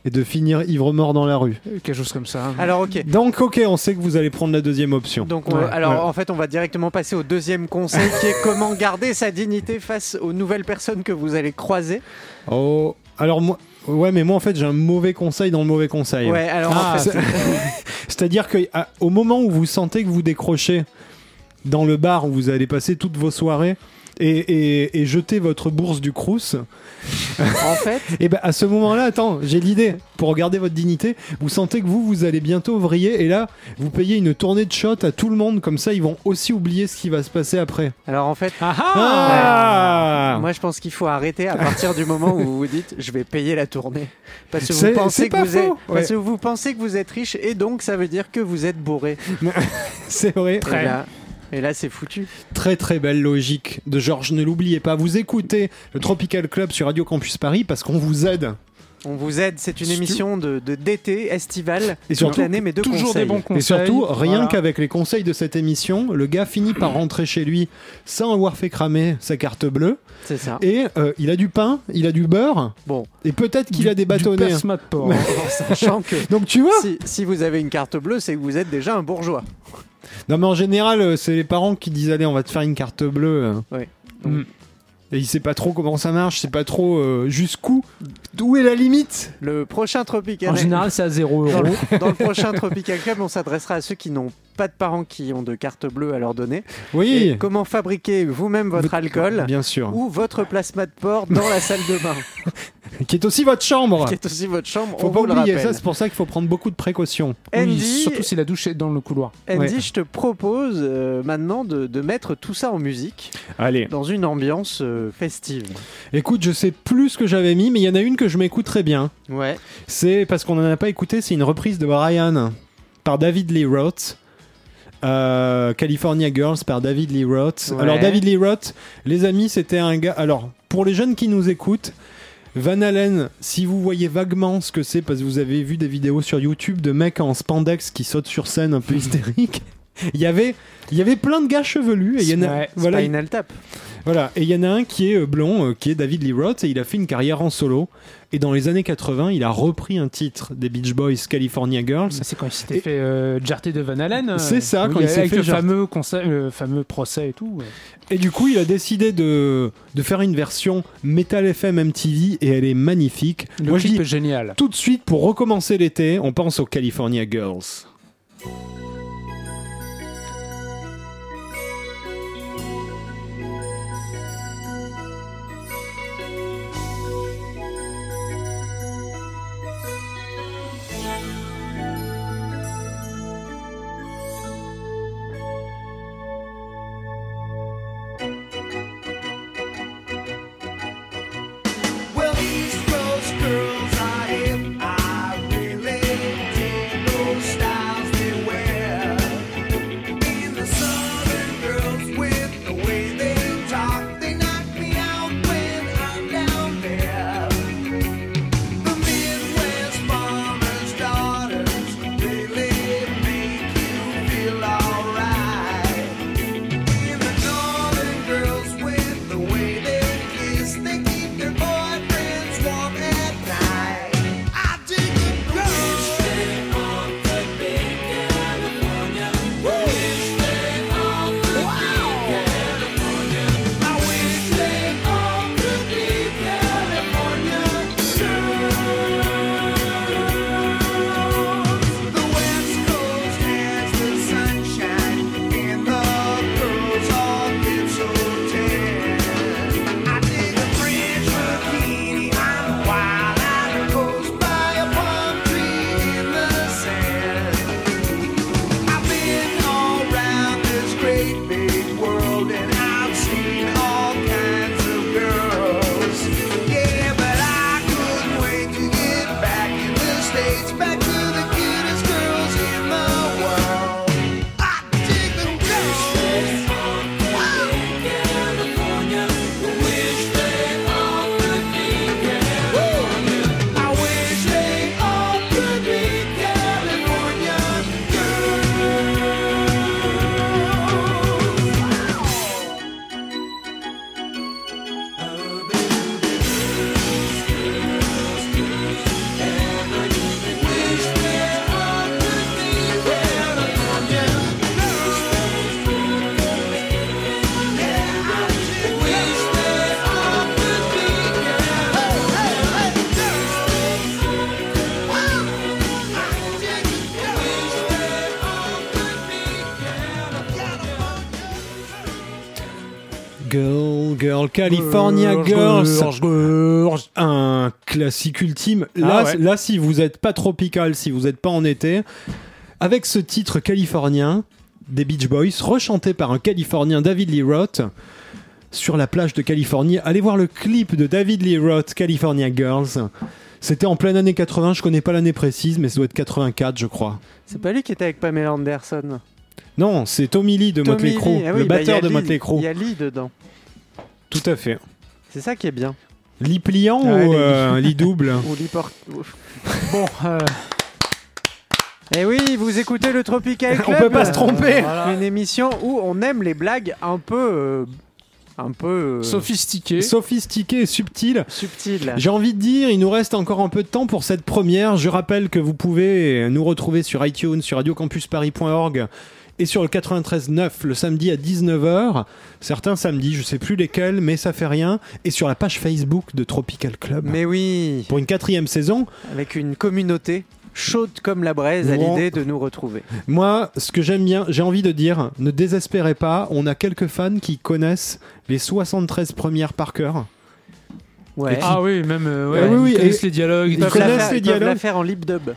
et de finir ivre-mort dans la rue.
quelque chose comme ça. hein.
Alors, ok.
Donc, ok, on sait que vous allez prendre la deuxième option.
Donc, on-
Ouais,
alors
ouais.
en fait, on va directement passer au deuxième conseil qui est comment garder sa dignité face aux nouvelles personnes que vous allez croiser.
Oh, alors moi... Ouais, mais moi en fait j'ai un mauvais conseil dans le mauvais conseil.
Ouais, alors en fait, euh,
C'est- C'est-à-dire qu'au moment où vous sentez que vous décrochez dans le bar où vous allez passer toutes vos soirées et, et, et jeter votre bourse du crous,
en fait,
Et ben à ce moment-là, attends, j'ai l'idée. Pour regarder votre dignité, vous sentez que vous, vous allez bientôt vriller et là, vous payez une tournée de shots à tout le monde, comme ça ils vont aussi oublier ce qui va se passer après.
alors en fait,
Ah ah
Ah
Moi, je pense qu'il faut arrêter à partir du moment où vous vous dites je vais payer la tournée. Parce que
C'est-
vous pensez
c'est
que
pas
vous, êtes,
faux, ouais.
parce que vous pensez que vous êtes riche et donc ça veut dire que vous êtes bourré.
C'est vrai.
Et
Très.
là, et là, c'est foutu.
Très très belle logique de Georges, ne l'oubliez pas. Vous écoutez le Tropical Club sur Radio Campus Paris parce qu'on vous aide.
On vous aide. C'est une
Surtout-
émission de, de d'été estivale
Et
toute
surtout,
l'année, mais de
toujours
conseils.
des bons conseils.
Et surtout, rien
Voilà.
qu'avec les conseils de cette émission, le gars finit par rentrer chez lui sans avoir fait cramer sa carte bleue.
C'est ça.
Et euh, il a du pain, il a du beurre,
Bon,
et peut-être qu'il a des
Du
bâtonnets.
plasma de porc.
en sachant que
Donc tu vois
si, si vous avez une carte bleue, c'est que vous êtes déjà un bourgeois.
Non mais en général, euh, c'est les parents qui disent allez, on va te faire une carte bleue. Euh,
Ouais.
Mm.
Et il sait pas trop comment ça marche, c'est pas trop euh, jusqu'où, d'où est la limite.
Le prochain Tropical
En général, c'est à 0
Dans
euros.
le, dans le prochain Tropical Club, on s'adressera à ceux qui n'ont pas de parents qui ont de carte bleue à leur donner.
Oui.
Et comment fabriquer vous-même votre alcool
Bien sûr.
ou votre plasma de porc dans la salle de bain,
Qui est aussi votre chambre.
qui est aussi votre chambre.
Faut
on
pas
vous le
oublier ça,
rappelle.
c'est pour ça qu'il faut prendre beaucoup de précautions.
Oui,
Andy,
surtout si la douche est dans le couloir.
Andy,
Ouais.
je te propose euh, maintenant de, de mettre tout ça en musique
Allez.
dans une ambiance euh, festive.
Écoute, je sais plus ce que j'avais mis, mais il y en a une que je m'écoute très bien.
Ouais.
C'est parce qu'on en a pas écouté, c'est une reprise de Brian par David Lee Roth. Euh, California Girls par David Lee Roth.
Ouais.
Alors David Lee Roth, les amis, c'était un gars. Alors pour les jeunes qui nous écoutent, Van Halen, si vous voyez vaguement ce que c'est, parce que vous avez vu des vidéos sur YouTube de mecs en spandex qui sautent sur scène un peu hystériques. Il y, avait, il y avait plein de gars chevelus et il y en a,
Ouais,
voilà, il-
Spinal Tap.
voilà. Et il y en a un qui est euh, blond, euh, qui est David Lee Roth, et il a fait une carrière en solo. Et dans les années 80, il a repris un titre des Beach Boys California Girls.
C'est quand il s'était
Et-
fait euh, jarter de Van Halen. euh,
C'est ça, quand il s'est
avec
fait
le
jarter.
fameux, conseil- le fameux procès et tout. ouais.
Et du coup, il a décidé de, de faire une version Metal FM MTV, et elle est magnifique.
Le
Moi, je
clip
dis
est génial.
tout de suite, pour recommencer l'été, on pense aux California Girls.
Well, East Coast girls are hip. I really dig those styles they wear. And the Southern girls with the way they talk, they knock me out when I'm down there. The Midwest farmers' daughters really make you feel alright. And the Northern girls with the way they kiss, they keep their boyfriends warm at night. I dig the girls. I wish they all could be California girls. The West Coast has the sunshine, and the girls all get so tan. I dig a French bikini on a wild out coast by a palm tree in the sand. I've been all around this great big world and I've seen all kinds of girls. Yeah, but I couldn't wait to get back in the States, back to the cutest girls in the world. I dig the girls. I wish they all could be California
Girl, girl, California Girls. Un classique ultime. Là,
Ah ouais.
là, si vous n'êtes pas tropical, si vous n'êtes pas en été, avec ce titre californien des Beach Boys, rechanté par un Californien David Lee Roth sur la plage de Californie. Allez voir le clip de David Lee Roth, California Girls. C'était en pleine année 80, je connais pas l'année précise, mais ça doit être 84, je crois.
C'est pas lui qui était avec Pamela Anderson.
Non, c'est Tommy Lee de
Tommy
Motley Crue,
Lee. Ah
le
oui, bah,
batteur
y a
de
Lee-
Motley
Il
Crue.
y a Lee dedans.
Tout à fait.
C'est ça qui est bien.
Lit pliant
Ah,
ou
les-
euh, lit double
Ou Lee Port-
Bon, euh,
Eh oui, vous écoutez le Tropical
On
Club. Euh,
peut pas se tromper.
Voilà.
Une émission où on aime les blagues un peu, euh, un peu euh,
sophistiqué.
sophistiqué et subtil.
subtiles.
J'ai envie de dire, il nous reste encore un peu de temps pour cette première. Je rappelle que vous pouvez nous retrouver sur iTunes, sur radiocampusparis.org et sur le 93.9 le samedi à 19h. Certains samedis, je sais plus lesquels, mais ça fait rien. Et sur la page Facebook de Tropical Club.
Mais oui,
Pour une quatrième saison,
avec une communauté chaude comme la braise à
Bon.
l'idée de nous retrouver.
moi, ce que j'aime bien, j'ai envie de dire, ne désespérez pas, on a quelques fans qui connaissent les 73 premières par cœur.
Ouais.
Ah oui, même. euh, ouais,
Ah oui, oui,
ils connaissent
et-
les dialogues.
ils
Ils peuvent
connaissent-
la
connaissent
faire-
les
ils peuvent la
dialogues.
faire en lip dub.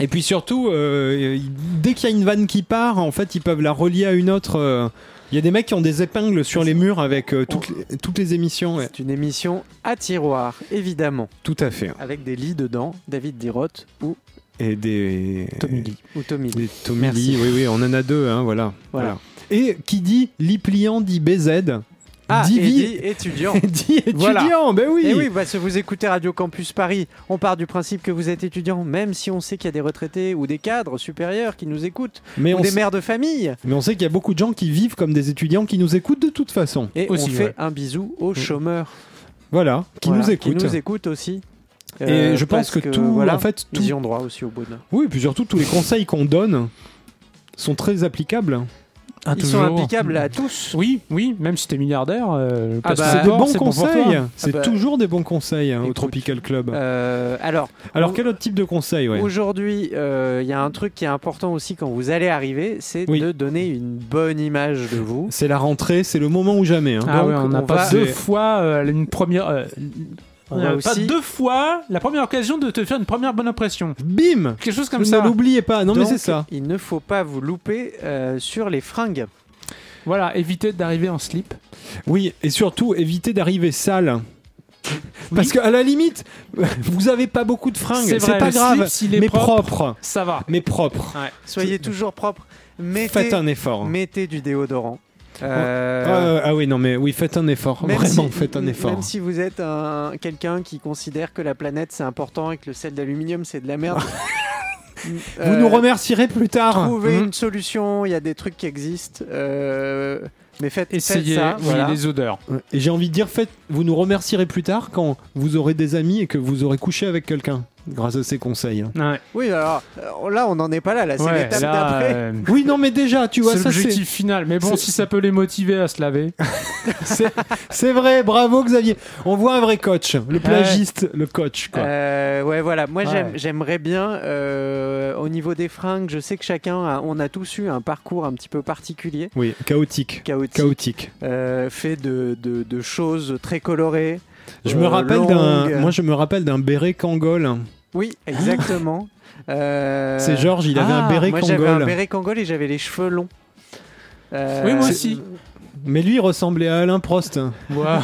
Et puis surtout, euh, dès qu'il y a une vanne qui part, en fait, ils peuvent la relier à une autre. euh. Il y a des mecs qui ont des épingles sur les murs avec euh, toutes, les, toutes les émissions. ouais.
C'est une émission à tiroir, évidemment,
Tout à fait.
avec des lits dedans, David Dirotte ou
Et des.
Tommy Lee. Ou Tommy Lee.
Des Tommy
Merci.
Lee, oui, oui, on en a deux, hein, voilà.
Voilà.
Et qui dit lit pliant dit BZ.
Ah,
Divi.
et dit étudiant.
dit étudiant,
Voilà.
ben oui.
Et Eh oui, parce que vous écoutez Radio Campus Paris, on part du principe que vous êtes étudiant, même si on sait qu'il y a des retraités ou des cadres supérieurs qui nous écoutent,
mais,
ou
on
des
sait,
mères de famille.
mais on sait qu'il y a beaucoup de gens qui vivent comme des étudiants qui nous écoutent de toute façon.
Et
Aussi,
on fait
ouais.
un bisou aux chômeurs
Voilà, Mm. qui
Voilà,
nous écoutent.
Qui nous écoutent aussi.
Et
Euh,
je pense
parce
que, tout,
voilà,
en fait, tout,
ils y ont droit aussi au bonheur.
oui, puis surtout tous les conseils qu'on donne sont très applicables.
Ah,
Ils sont
toujours.
applicables à tous.
Oui, oui, même si t'es milliardaire. euh,
Ah
parce que
bah,
c'est
c'est des
bon,
bons
c'est bon pour toi. Ah
conseils. c'est
bah.
toujours des bons conseils hein, au
Écoute.
Tropical Club.
Euh, alors,
Alors
on-
quel autre type de conseil ouais.
aujourd'hui, euh, il y a un truc qui est important aussi quand vous allez arriver, c'est
Oui.
de donner une bonne image de vous.
C'est la rentrée, c'est le moment ou jamais. hein.
Ah
Donc,
ouais, on
on
a pas
va-
deux fois euh, une première. euh,
On
on
va
a pas
aussi-
deux fois la première occasion de te faire une première bonne impression.
Bim
Quelque chose comme
Ne
ça.
l'oubliez pas. Non mais
Donc,
c'est ça.
Il ne faut pas vous louper euh, sur les fringues.
Voilà, éviter d'arriver en slip.
Oui, et surtout éviter d'arriver sale. Parce que à la limite, vous avez pas beaucoup de fringues,
C'est
c'est
vrai,
pas
le
grave,
slip, s'il est
mais propre.
propre. Ah, Ça va.
mais propre.
Soyez toujours propre. Mettez,
Faites un effort.
mettez du déodorant. Euh,
Euh, ah oui, non mais oui, faites un effort,
Même
vraiment,
si-
faites un effort.
Même si vous êtes un, quelqu'un qui considère que la planète c'est important et que le sel d'aluminium c'est de la merde. euh,
Vous
euh,
nous remercierez plus tard.
Trouvez
Mhm.
une solution, il y a des trucs qui existent. euh, mais faites, faites
Essayez
ça.
oui,
voilà.
les odeurs.
Et j'ai envie de dire, faites, vous nous remercierez plus tard quand vous aurez des amis et que vous aurez couché avec quelqu'un, grâce à ces conseils.
Ouais,
Oui, alors euh, là on n'en est pas là, là c'est
ouais,
l'étape
là,
d'après.
euh,
Oui, non mais déjà, tu vois,
c'est
ça c'est-
l'objectif final. Mais bon,
c'est-
si ça peut les motiver à se laver.
c'est c'est vrai, bravo Xavier. On voit un vrai coach, le plagiste, le coach quoi.
Euh, ouais, voilà. Moi,
Ouais.
j'aime- j'aimerais bien, euh, au niveau des fringues, je sais que chacun, a- on a tous eu un parcours un petit peu particulier,
Oui, chaotique.
chaotique,
Chaotique.
euh, fait de, de- de choses très colorées.
Je
euh,
me rappelle d'un,
longues.
moi je me rappelle d'un béret Kangol.
Oui, exactement.
Ah.
Euh,
C'est Georges, il avait
ah,
un béret
Moi, j'avais un
Kangol.
béret Kangol et j'avais les cheveux longs. Euh,
Oui, moi
c'est-
aussi.
Mais lui il ressemblait à Alain Prost.
Voilà.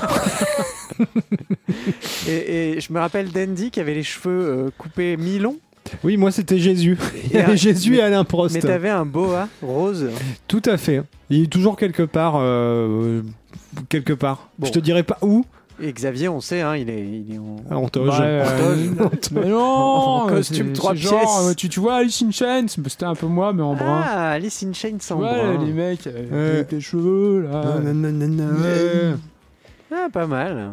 Et, et je me rappelle d'Andy qui avait les cheveux euh, coupés mi-longs,
Oui, moi c'était Jésus. Il y
Et un-
avait Jésus
mais-
et Alain
mais
Prost.
t'avais un boa rose.
Tout à fait. Il est toujours quelque part, euh, quelque part.
Bon.
Je te dirai pas où. Ah,
Et Xavier, on sait, hein, il est, il est en-
En toge.
Ouais, euh,
En toge.
Mais non,
En
euh,
costume
c'est-
trois
c'est genre,
pièces.
euh, tu, tu vois Alice in Chains, c'était un peu moi, mais en brun.
Ah, Alice in Chains en
ouais,
brun.
les mecs, euh,
Ouais.
avec des cheveux, là,
Euh,
Ah, pas mal.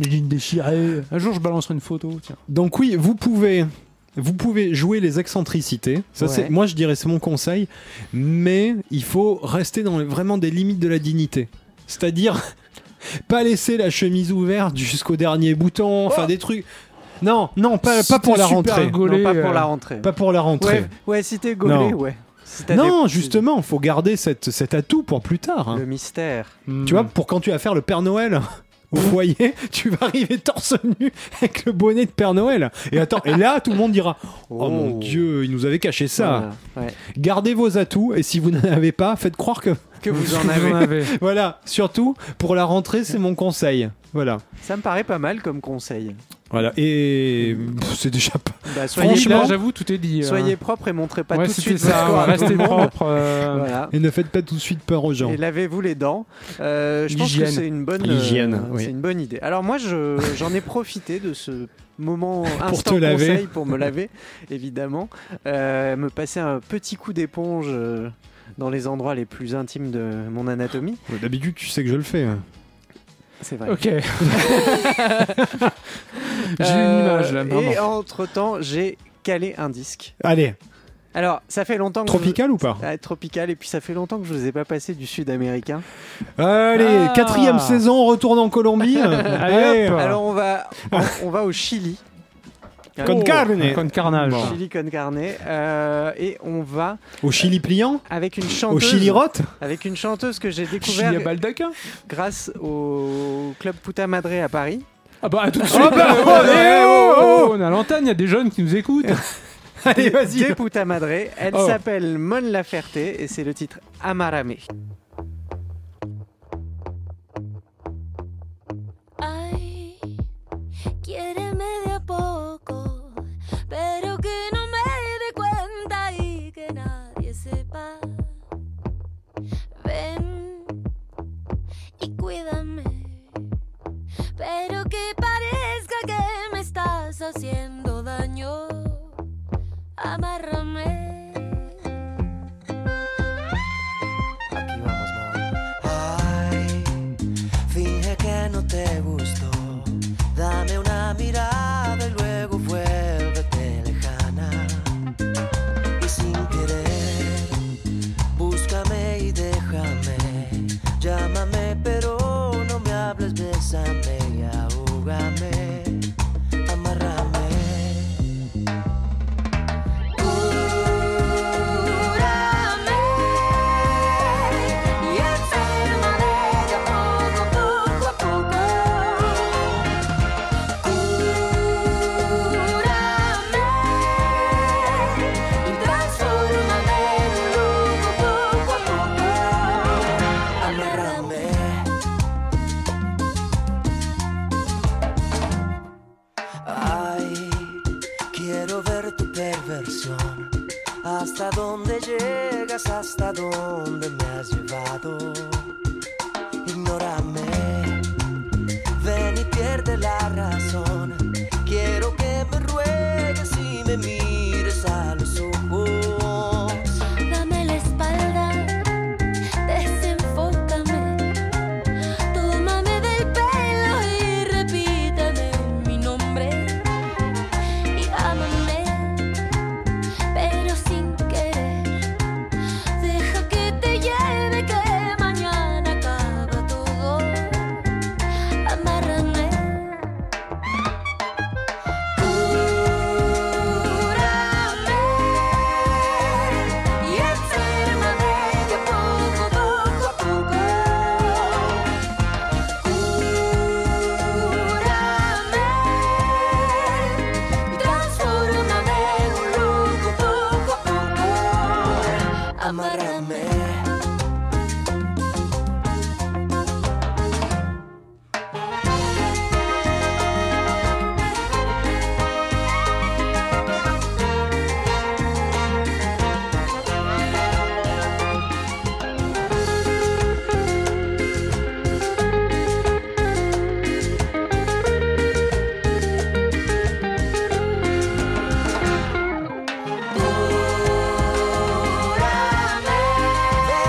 les lignes déchirées. Un jour, je balancerai une photo, tiens.
Donc oui, vous pouvez, vous pouvez jouer les excentricités. Ça,
Ouais.
c'est, moi, je dirais, c'est mon conseil. Mais il faut rester dans les- vraiment des limites de la dignité. C'est-à-dire pas laisser la chemise ouverte jusqu'au dernier bouton.
Oh.
Enfin, des trucs. Non, non, pas, pas pour la
C'était super
rentrée.
gaulé,
non, pas pour
euh,
la rentrée.
Pas pour la rentrée.
Ouais, ouais, si t'es gaulé,
Non.
ouais. Si t'as
Non,
des-
justement, faut garder cette, cet atout pour plus tard. hein.
Le mystère.
hmm.
Tu vois, pour quand tu vas faire le Père Noël au foyer, tu vas arriver torse nu avec le bonnet de Père Noël. Et attends, et là, tout le monde dira Oh, mon dieu, il nous avait caché ça.
Voilà, ouais.
Gardez vos atouts et si vous n'en avez pas, faites croire que.
Que vous en
Vous en
avez.
avez. Bah,
Voilà, surtout pour la rentrée, c'est mon conseil. Voilà.
Ça me paraît pas mal comme conseil.
Voilà. Et pff, c'est déjà pas.
Bah,
Franchement,
soyez,
Franchement,
propre,
j'avoue, tout est dit. euh.
soyez propre et montrez pas
ouais,
tout de
c'était
suite votre
ça,
corps à
ouais,
tout le
restez
monde.
propre. euh,
Voilà.
Et ne faites pas tout de suite peur aux gens.
Et lavez-vous les dents. Euh, je pense que
L'hygiène.
c'est une bonne,
L'hygiène,
euh,
oui.
c'est une bonne idée. Alors moi, je- j'en ai profité de ce moment
Pour
instant
te laver.
conseil pour me laver, évidemment, Euh, me passer un petit coup d'éponge euh, dans les endroits les plus intimes de mon anatomie.
D'habitude, tu sais que je le fais. hein.
C'est vrai.
Ok. J'ai une
Euh,
image là, pardon.
Et entre temps, j'ai calé un disque.
Allez,
Alors, ça fait longtemps que je-
tropical ou pas
Ah, tropical et puis ça fait longtemps que je vous ai pas passé du sud-américain.
Allez,
Ah.
quatrième saison, on retourne en Colombie.
Allez, hop.
Alors on va on, on va au Chili.
Con
Oh.
carne.
Con carnage.
Chili con carne euh, et on va
Au Chili pliant
avec une
Au
chanteuse
Chili rote
avec une chanteuse que j'ai
Chili
découvert
à Baldaquin
grâce au club Puta Madre à Paris.
Ah bah à tout de suite.
bah,
euh,
oh, mais oh, oh,
on est à l'antenne, il y a des jeunes qui nous écoutent.
Allez, vas-y.
Des Puta Madre, elle
Oh.
s'appelle Mon Laferté et c'est le titre Amarame.
Ay, quiéreme de a poco, pero que no me dé cuenta y que nadie sepa. Ven y cuídame, amárrame.
Aquí vamos, amor. Ay, finge que no te gustó. Dame una mirada y luego vuélvete lejana. Y sin querer, búscame y déjame. Llámame, pero no me hables, bésame y ahógame. Amárrame.
Cúrame y enfermaré de a poco, poco a poco. Cúrame y transfórmame de loco, poco a poco. Amárrame.
Amárrame. Ay, quiero ver tu perversión. Hasta dónde llegas, hasta dónde me has llevado. Ignórame, ven y pierde la razón. Quiero que me ruegues y me mires a los ojos.
Dame la espalda, desenfócame, tómame del pelo y repítame mi nombre y ámame, pero sin querer. Deja que te lleve que mañana acaba todo. Amárrame, cúrame. Y enfermaré de a poco, poco a poco. Cúrame y transfórmame en un loco, poco a poco.
Amárrame.
Amárrame.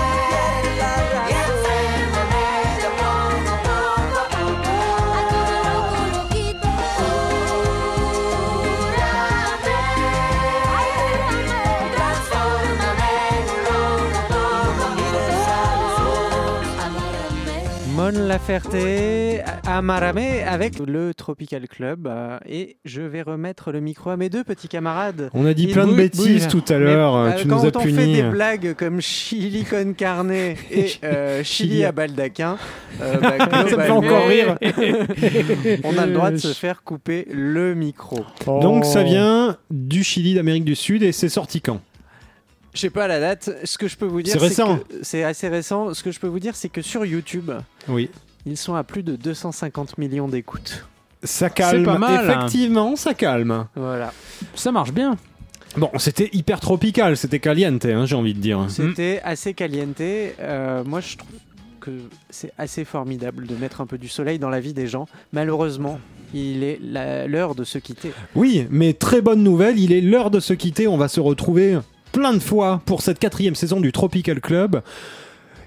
Y enfermaré de a poco, poco a poco. A cada loco loquito. Cúrame, ayúdame, transfórmame en un loco poco a poco. Amárrame.
Mon Laferté, Amarame avec le Tropical Club. euh, et je vais remettre le micro à mes deux petits camarades.
On a dit
Ils
plein de
bouillent-
bêtises
bouillent.
tout à
Mais,
l'heure,
euh,
tu
quand
nous as
on fait
punis.
des blagues comme chili con carne et euh, chili à baldaquin, euh, bah,
Ça me fait
globalement,
encore rire.
on a le droit de se faire couper le micro.
Donc
Oh.
Oh.
ça vient du Chili, d'Amérique du Sud, et c'est sorti quand
Je sais pas la date. Ce que je peux vous dire,
C'est récent.
que- C'est assez récent. Ce que je peux vous dire, c'est que sur YouTube,
Oui.
ils sont à plus de 250 millions d'écoutes.
Ça calme.
pas mal, hein.
Effectivement, ça calme.
Voilà.
Ça marche bien.
Bon, c'était hyper tropical, c'était caliente, hein, j'ai envie de dire.
C'était assez caliente. Euh, moi, je trouve que c'est assez formidable de mettre un peu du soleil dans la vie des gens. Malheureusement, il est la- l'heure de se quitter.
Oui, mais très bonne nouvelle, il est l'heure de se quitter, on va se retrouver plein de fois pour cette quatrième saison du Tropical Club.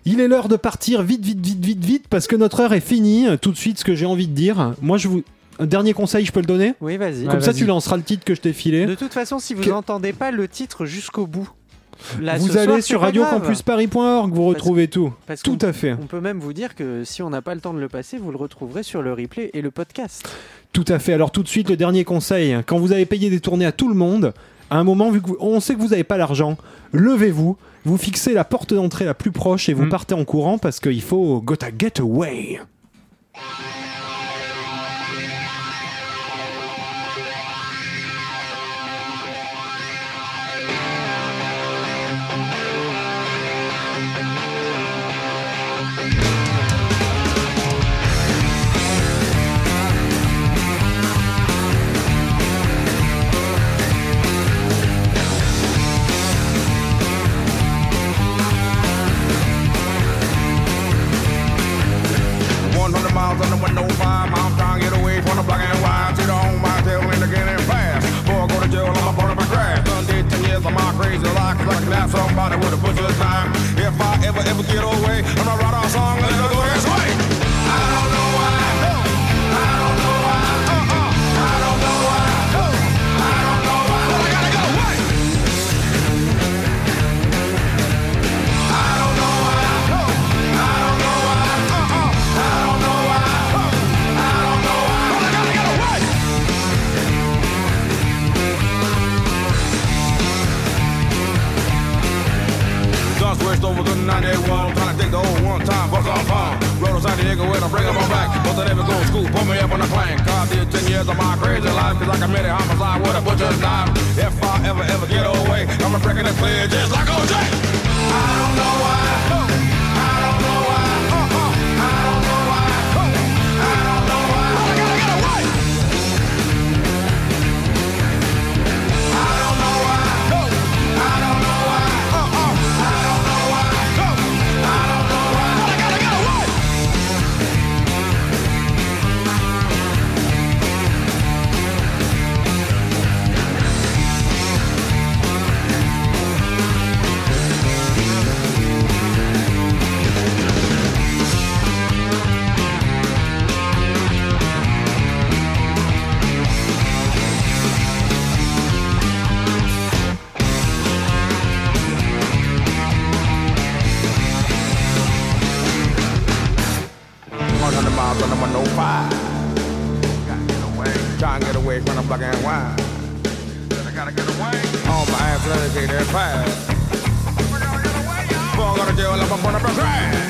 Il est l'heure de partir vite, vite, vite, vite, vite, parce que notre heure est finie. Tout de suite, ce que j'ai envie de dire, moi je vous... Un dernier conseil, je peux le donner
Oui, vas-y.
Comme
Ouais,
ça,
vas-y.
tu lanceras le titre que je t'ai filé.
Euh, De toute façon, si vous
Que-
n'entendez pas le titre jusqu'au bout, là,
vous
ce soir,
allez
c'est
sur
pas grave.
radiocampusparis.org, vous
Parce-
retrouvez tout.
Parce
Tout
qu'on-
à fait.
On peut même vous dire que si on n'a pas le temps de le passer, vous le retrouverez sur le replay et le podcast.
Tout à fait. Alors tout de suite, le dernier conseil, quand vous avez payé des tournées à tout le monde, à un moment, vu que vous- on sait que vous n'avez pas l'argent, levez-vous, vous fixez la porte d'entrée la plus proche et vous
Mm.
partez en courant parce qu'il faut go to get away.
One hundred miles on the window
rock, crazy rock, like that somebody with a butcher's knife. If I ever, ever get away, I'm gonna write a song and it'll go his way. I don't know why. I don't know why. Uh-uh. I don't know why. I don't know why. But I gotta go. Wait. I don't know why. I don't know why. Uh-uh. I don't know why. I don't know why. But I gotta go. Wait. Guns switched over to 91. Trying to take the old one time, but I'm fine. Roll to San Diego with a break on my back. But they never go to school, put me up on a plane. God did 10 years of my crazy life, cause I committed homicide with a butcher's knife. If I ever, ever get away, I'm a break in the clear just like OJ. I don't know why. I don't know why. Uh-uh. I don't know why. I don't know why. But I gotta get away. I don't know why. I don't know why. Uh-uh. I don't know why. I don't know why. But I gotta get away. One hundred miles on the one oh five. Gotta get away. Try and get away from the black and white. Said I gotta get away. All my athletic ain't that fast. Fuck out of jail, I'm up on the ground.